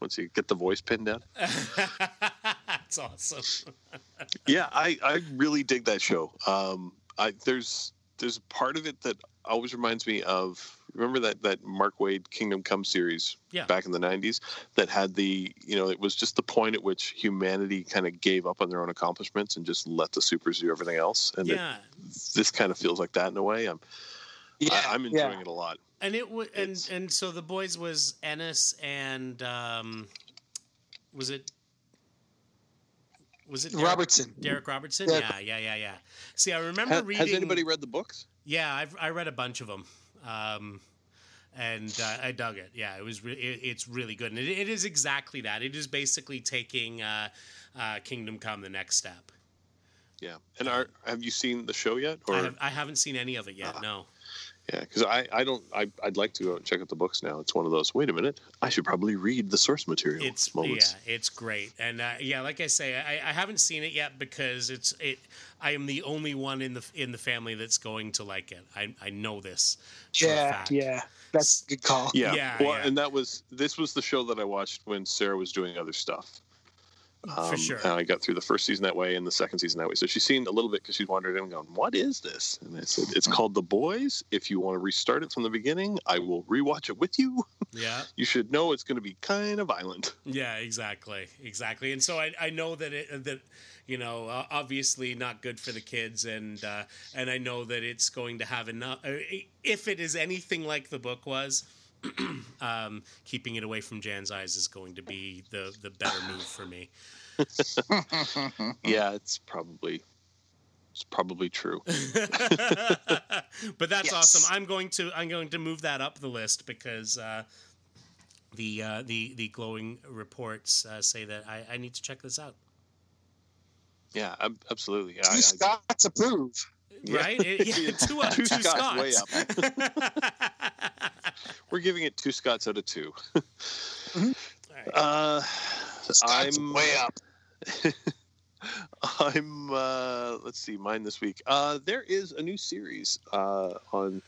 [SPEAKER 3] Once you get the voice pinned down.
[SPEAKER 1] That's awesome.
[SPEAKER 3] yeah i i really dig that show um i there's there's a part of it that always reminds me of remember that that mark wade kingdom come series
[SPEAKER 1] Yeah.
[SPEAKER 3] back in the 90s that had the you know it was just the point at which humanity kind of gave up on their own accomplishments and just let the supers do everything else and it-
[SPEAKER 1] Yeah.
[SPEAKER 3] this kind of feels like that in a way i'm I, i'm enjoying
[SPEAKER 2] yeah.
[SPEAKER 3] it a lot
[SPEAKER 1] And it was and
[SPEAKER 3] It's-
[SPEAKER 1] and so the boys was Ennis and um, was it was it Derek,
[SPEAKER 2] robertson
[SPEAKER 1] Derek Robertson?
[SPEAKER 2] Derek-
[SPEAKER 1] Yeah, yeah, yeah, yeah. See, I remember
[SPEAKER 3] Ha-
[SPEAKER 1] reading.
[SPEAKER 3] has anybody read the books
[SPEAKER 1] Yeah, I've, I read a bunch of them, um, and uh, I dug it. Yeah, it was re- it, it's really good, and it, it is exactly that. It is basically taking uh, uh, Kingdom Come the next step.
[SPEAKER 3] yeah and are have you seen the show yet or
[SPEAKER 1] I, have, I haven't seen any of it yet.
[SPEAKER 3] Ah.
[SPEAKER 1] no.
[SPEAKER 3] Yeah, because I, I don't I I'd like to go and check out the books now. It's one of those. Wait a minute, I should probably read the source material.
[SPEAKER 1] it's
[SPEAKER 3] moments.
[SPEAKER 1] yeah it's great and uh, yeah like i say I, I haven't seen it yet because it's it i am the only one in the in the family that's going to like it i, I know this for a
[SPEAKER 2] yeah
[SPEAKER 1] fact.
[SPEAKER 2] yeah that's a good call
[SPEAKER 3] Yeah,
[SPEAKER 1] Yeah,
[SPEAKER 3] well,
[SPEAKER 1] yeah.
[SPEAKER 3] and that was this was the show that I watched when Sarah was doing other stuff. Um,
[SPEAKER 1] for sure
[SPEAKER 3] And I got through the first season that way and the second season that way. So she's seen a little bit because she's wandered in and gone, "What is this?" And I said, "It's called The Boys. If you want to restart it from the beginning, I will rewatch it with you.
[SPEAKER 1] yeah
[SPEAKER 3] You should know it's going to be kind of violent."
[SPEAKER 1] yeah exactly exactly and so i, I know that it that you know uh, obviously not good for the kids and uh, and i know that it's going to have enough uh, if it is anything like the book was um, keeping it away from Jan's eyes is going to be the the better move for me.
[SPEAKER 3] Yeah, it's probably it's probably true.
[SPEAKER 1] but that's
[SPEAKER 2] Yes.
[SPEAKER 1] awesome. I'm going to I'm going to move that up the list because uh, the uh, the the glowing reports uh, say that I, I need to check this out.
[SPEAKER 3] Yeah, ab- absolutely. I-
[SPEAKER 2] two
[SPEAKER 3] I-
[SPEAKER 2] scots approve
[SPEAKER 3] Yeah.
[SPEAKER 1] Right? It- yeah, two up, two,
[SPEAKER 3] Two Scots,
[SPEAKER 1] Scots.
[SPEAKER 3] way We're giving it two Scots out of 2
[SPEAKER 1] Alright.
[SPEAKER 3] Uh,
[SPEAKER 2] Scots
[SPEAKER 3] I'm
[SPEAKER 2] way up
[SPEAKER 3] I'm. Uh, let's see. Mine this week. Uh, there is a new series uh, on.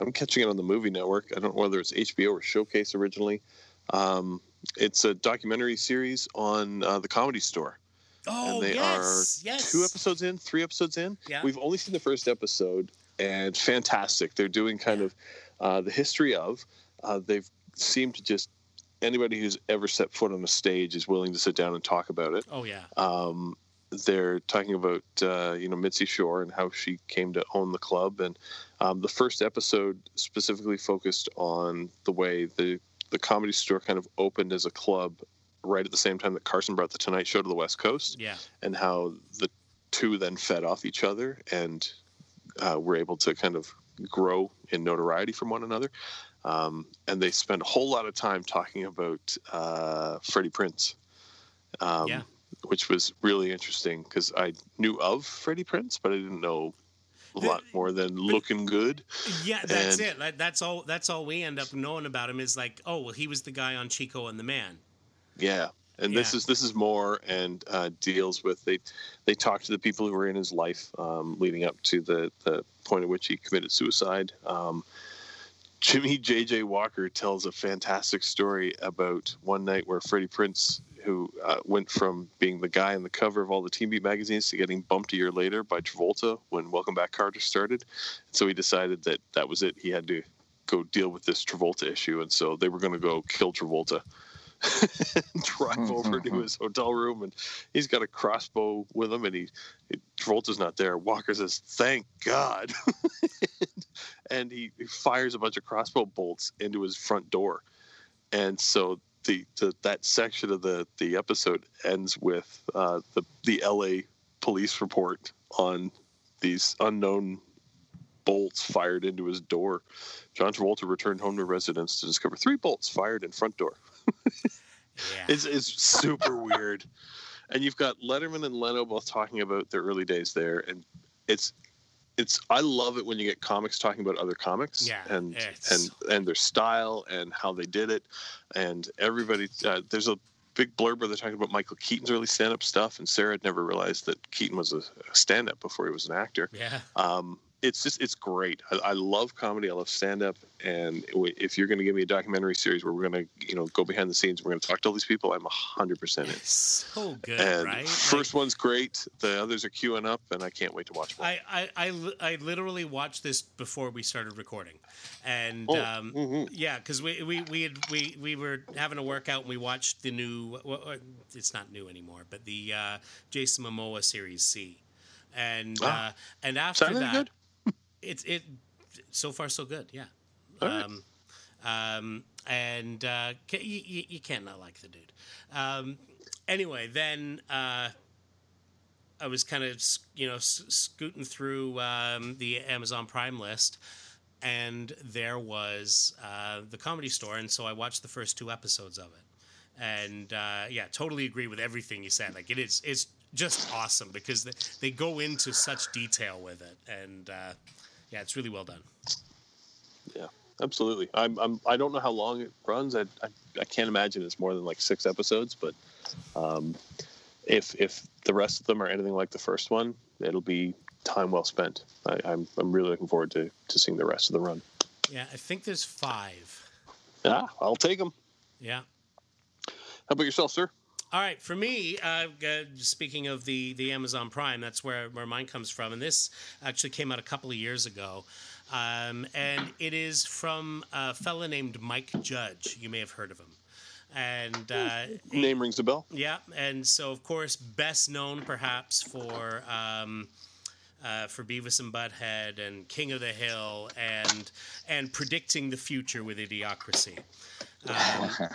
[SPEAKER 3] I'm catching it on the movie network. I don't know whether it's HBO or Showcase originally. Um, it's a documentary series on uh, the Comedy Store.
[SPEAKER 1] Oh
[SPEAKER 3] and they
[SPEAKER 1] yes, yes.
[SPEAKER 3] Two episodes in, three episodes in.
[SPEAKER 1] Yeah.
[SPEAKER 3] We've only seen the first episode, and fantastic. They're doing kind of uh, the history of. Uh, they've seemed to just anybody who's ever set foot on a stage is willing to sit down and talk about it.
[SPEAKER 1] Oh yeah.
[SPEAKER 3] Um, they're talking about uh, you know Mitzi Shore and how she came to own the club, and um, the first episode specifically focused on the way the the comedy store kind of opened as a club right at the same time that Carson brought the Tonight Show to the West Coast
[SPEAKER 1] Yeah.
[SPEAKER 3] and how the two then fed off each other and uh, were able to kind of grow in notoriety from one another. Um, and they spent a whole lot of time talking about uh, Freddie Prince. Um,
[SPEAKER 1] Yeah.
[SPEAKER 3] which was really interesting because I knew of Freddie Prince, but I didn't know a
[SPEAKER 1] The-
[SPEAKER 3] lot more than looking good.
[SPEAKER 1] Yeah, that's
[SPEAKER 3] And-
[SPEAKER 1] it. Like, That's all. That's all we end up knowing about him is like, oh, well, he was the guy on Chico and the Man.
[SPEAKER 3] Yeah. And this
[SPEAKER 1] Yeah.
[SPEAKER 3] is this is more and uh, deals with they they talk to the people who were in his life um, leading up to the the point at which he committed suicide. Um, Jimmy J.J. Walker tells a fantastic story about one night where Freddie Prince, who uh, went from being the guy on the cover of all the Team Beat magazines to getting bumped a year later by Travolta when Welcome Back Carter started, so he decided that that was it. He had to go deal with this Travolta issue, and so they were going to go kill Travolta. drive over to his hotel room and he's got a crossbow with him and he Travolta's not there. Walker says, "Thank God," and he, he fires a bunch of crossbow bolts into his front door. And so the, the that section of the the episode ends with uh, the the L.A. police report on these unknown bolts fired into his door. John Travolta returned home to residence to discover three bolts fired in front door.
[SPEAKER 1] Yeah,
[SPEAKER 3] It's, it's super weird. And you've got Letterman and Leno both talking about their early days there, and it's it's I love it when you get comics talking about other comics
[SPEAKER 1] Yeah,
[SPEAKER 3] and
[SPEAKER 1] it's-
[SPEAKER 3] and and their style and how they did it, and everybody. Uh, there's a big blurb where they're talking about Michael Keaton's early stand-up stuff, and Sarah had never realized that Keaton was a, a stand-up before he was an actor
[SPEAKER 1] yeah.
[SPEAKER 3] um, it's just it's great. I, I love comedy. I love stand up. And w- if you're going to give me a documentary series where we're going to you know go behind the scenes, we're going to talk to all these people, I'm hundred percent in.
[SPEAKER 1] So good,
[SPEAKER 3] And
[SPEAKER 1] right? Like-
[SPEAKER 3] first one's great. The others are queuing up, and I can't wait to watch more.
[SPEAKER 1] I, I, I, li- I literally watched this before we started recording, and
[SPEAKER 3] Oh,
[SPEAKER 1] um,
[SPEAKER 3] mhm.
[SPEAKER 1] yeah, because we we we, had, we we were having a workout and we watched the new. Well, uh, it's not new anymore, but the uh, Jason Momoa series C, and
[SPEAKER 3] Ah.
[SPEAKER 1] uh, and
[SPEAKER 3] Is
[SPEAKER 1] after
[SPEAKER 3] that really
[SPEAKER 1] that,
[SPEAKER 3] good?
[SPEAKER 1] it's it so far so good. Yeah.
[SPEAKER 3] All right.
[SPEAKER 1] Um, um, and uh, ca- you, you, you can't not like the dude. Um, anyway, then uh, I was kind of you know s- scooting through um, the Amazon Prime list, and there was uh, the Comedy Store, and so I watched the first two episodes of it, and uh, yeah, totally agree with everything you said. Like it is, it's just awesome because they, they go into such detail with it, and uh, yeah, it's really well done.
[SPEAKER 3] Absolutely. I'm, I'm I don't know how long it runs. I, I I can't imagine it's more than like six episodes, but um, if if the rest of them are anything like the first one, it'll be time well spent. I, I'm I'm really looking forward to to seeing the rest of the run.
[SPEAKER 1] Yeah, I think there's five.
[SPEAKER 3] Ah, I'll take them.
[SPEAKER 1] Yeah.
[SPEAKER 3] How about yourself, sir?
[SPEAKER 1] All right, for me, uh, uh, speaking of the, the Amazon Prime, that's where, where mine comes from. And this actually came out a couple of years ago. Um, and it is from a fella named Mike Judge. You may have heard of him. And uh,
[SPEAKER 3] Name rings a bell.
[SPEAKER 1] yeah, and so, of course, best known perhaps for. Um, uh, for Beavis and Butthead and King of the Hill and and predicting the future with Idiocracy. Um,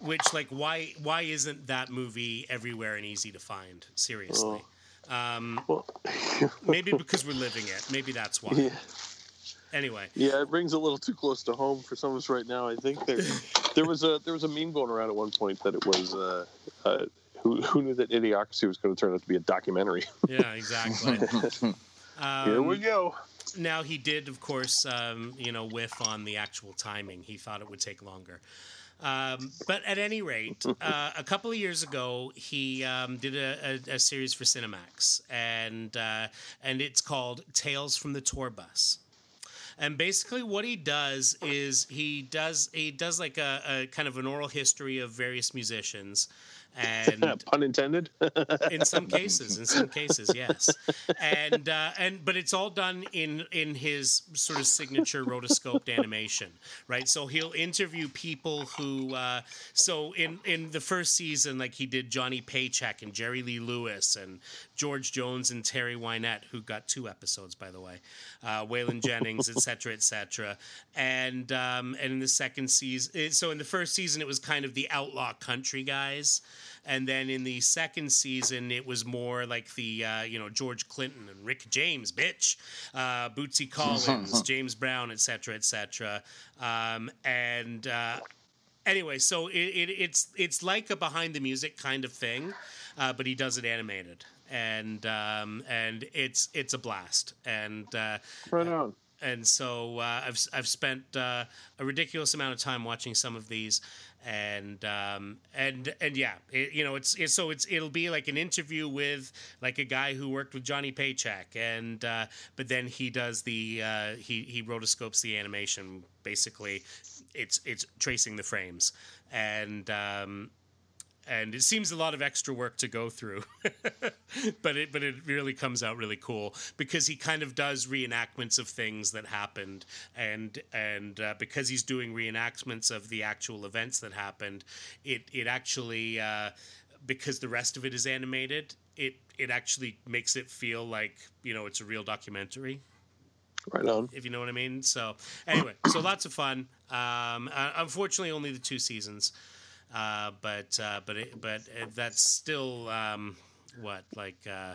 [SPEAKER 1] which like why why isn't that movie everywhere and easy to find seriously um
[SPEAKER 3] Well,
[SPEAKER 1] maybe because we're living it maybe that's why
[SPEAKER 3] yeah,
[SPEAKER 1] anyway
[SPEAKER 3] yeah, it rings a little too close to home for some of us right now. I think there, there was a there was a meme going around at one point that it was uh, uh, who who knew that Idiocracy was going to turn out to be a documentary.
[SPEAKER 1] yeah exactly um,
[SPEAKER 3] Here we go.
[SPEAKER 1] now he did of course um you know whiff on the actual timing he thought it would take longer um, but at any rate, uh, a couple of years ago, he um, did a, a, a series for Cinemax, and uh, and it's called Tales from the Tour Bus. And basically, what he does is he does he does like a, a kind of an oral history of various musicians, and
[SPEAKER 3] Pun intended.
[SPEAKER 1] in some cases in some cases yes and uh, and but it's all done in in his sort of signature rotoscoped animation right so he'll interview people who uh, so in in the first season like he did johnny paycheck and jerry lee lewis and george jones and terry wynette who got two episodes by the way uh, waylon jennings etc cetera, etc cetera. and um, and in the second season so in the first season it was kind of the outlaw country guys and then in the second season it was more like the uh, you know George Clinton and Rick James, bitch, uh, Bootsy Collins, James Brown, etc., etc. Um, and uh, anyway, so it, it, it's it's like a behind the music kind of thing, uh, but he does it animated, and um, and it's it's a blast. And uh,
[SPEAKER 3] Right on.
[SPEAKER 1] and so uh, I've I've spent uh, a ridiculous amount of time watching some of these, and um, and and yeah, it, you know, it's, it's so it's it'll be like an interview with like a guy who worked with Johnny Paycheck, and uh, but then he does the uh, he he rotoscopes the animation. Basically, it's it's tracing the frames, and um, and it seems a lot of extra work to go through but it but it really comes out really cool because he kind of does reenactments of things that happened and and uh, because he's doing reenactments of the actual events that happened it it actually uh, because the rest of it is animated it it actually makes it feel like you know it's a real documentary
[SPEAKER 3] Right on.
[SPEAKER 1] if you know what I mean. So anyway, so lots of fun. Um, uh, unfortunately, only the two seasons, uh, but uh, but it, but uh that's still um, what like uh,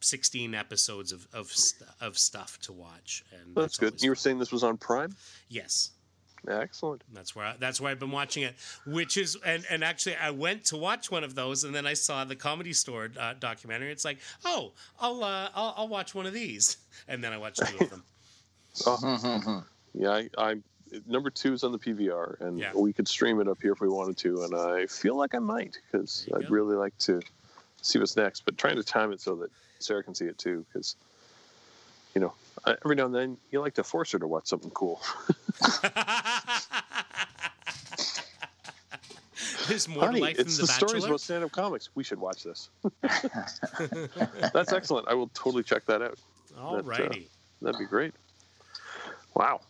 [SPEAKER 1] sixteen episodes of of, st- of stuff to watch. And
[SPEAKER 3] That's good.
[SPEAKER 1] always
[SPEAKER 3] You were
[SPEAKER 1] fun.
[SPEAKER 3] saying this was on Prime?
[SPEAKER 1] yes.
[SPEAKER 3] Excellent.
[SPEAKER 1] That's where I, that's where I've been watching it, which is and and actually I went to watch one of those and then I saw the Comedy Store uh, documentary. It's like oh I'll, uh, I'll I'll watch one of these and then I watched two of them.
[SPEAKER 3] Yeah, I, I number two is on the PVR, and
[SPEAKER 1] Yeah.
[SPEAKER 3] we could stream it up here if we wanted to. And I feel like I might because
[SPEAKER 1] There you
[SPEAKER 3] I'd
[SPEAKER 1] go.
[SPEAKER 3] really like to see what's next. But trying to time it so that Sarah can see it too, because you know, I- every now and then you like to force her to watch something cool.
[SPEAKER 1] There's more
[SPEAKER 3] Honey,
[SPEAKER 1] to life than
[SPEAKER 3] it's
[SPEAKER 1] the,
[SPEAKER 3] the, stories
[SPEAKER 1] Bachelor.
[SPEAKER 3] about stand-up comics. We should watch this. That's excellent. I will totally check that uh, out.
[SPEAKER 1] All righty.
[SPEAKER 3] That'd be great. Wow.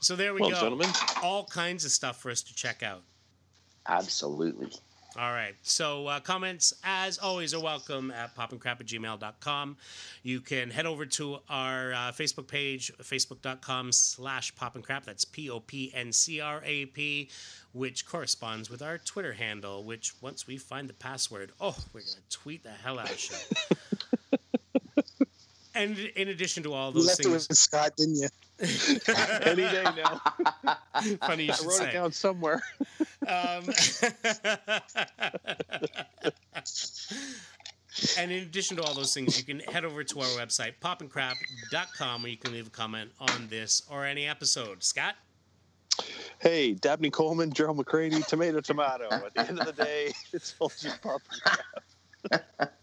[SPEAKER 1] So there we
[SPEAKER 3] Well,
[SPEAKER 1] go.
[SPEAKER 3] gentlemen,
[SPEAKER 1] All kinds of stuff for us to check out.
[SPEAKER 4] Absolutely.
[SPEAKER 1] All right. So uh, comments, as always, are welcome at popandcrap at gmail.com. You can head over to our uh, Facebook page, facebook.com slash popandcrap. That's P-O-P-N-C-R-A-P, which corresponds with our Twitter handle, which once we find the password, oh, we're going to tweet the hell out of shit. and in addition to all
[SPEAKER 2] You
[SPEAKER 1] those
[SPEAKER 2] left it
[SPEAKER 1] things...
[SPEAKER 2] with Scott, didn't you?
[SPEAKER 3] any day now.
[SPEAKER 1] Funny you
[SPEAKER 3] I
[SPEAKER 1] should
[SPEAKER 3] wrote it
[SPEAKER 1] say.
[SPEAKER 3] down somewhere.
[SPEAKER 1] Um, and in addition to all those things, you can head over to our website, popandcrap.com, where you can leave a comment on this or any episode. Scott?
[SPEAKER 3] hey, Dabney Coleman, Gerald McCraney, tomato, tomato. At the end of the day, it's all just pop.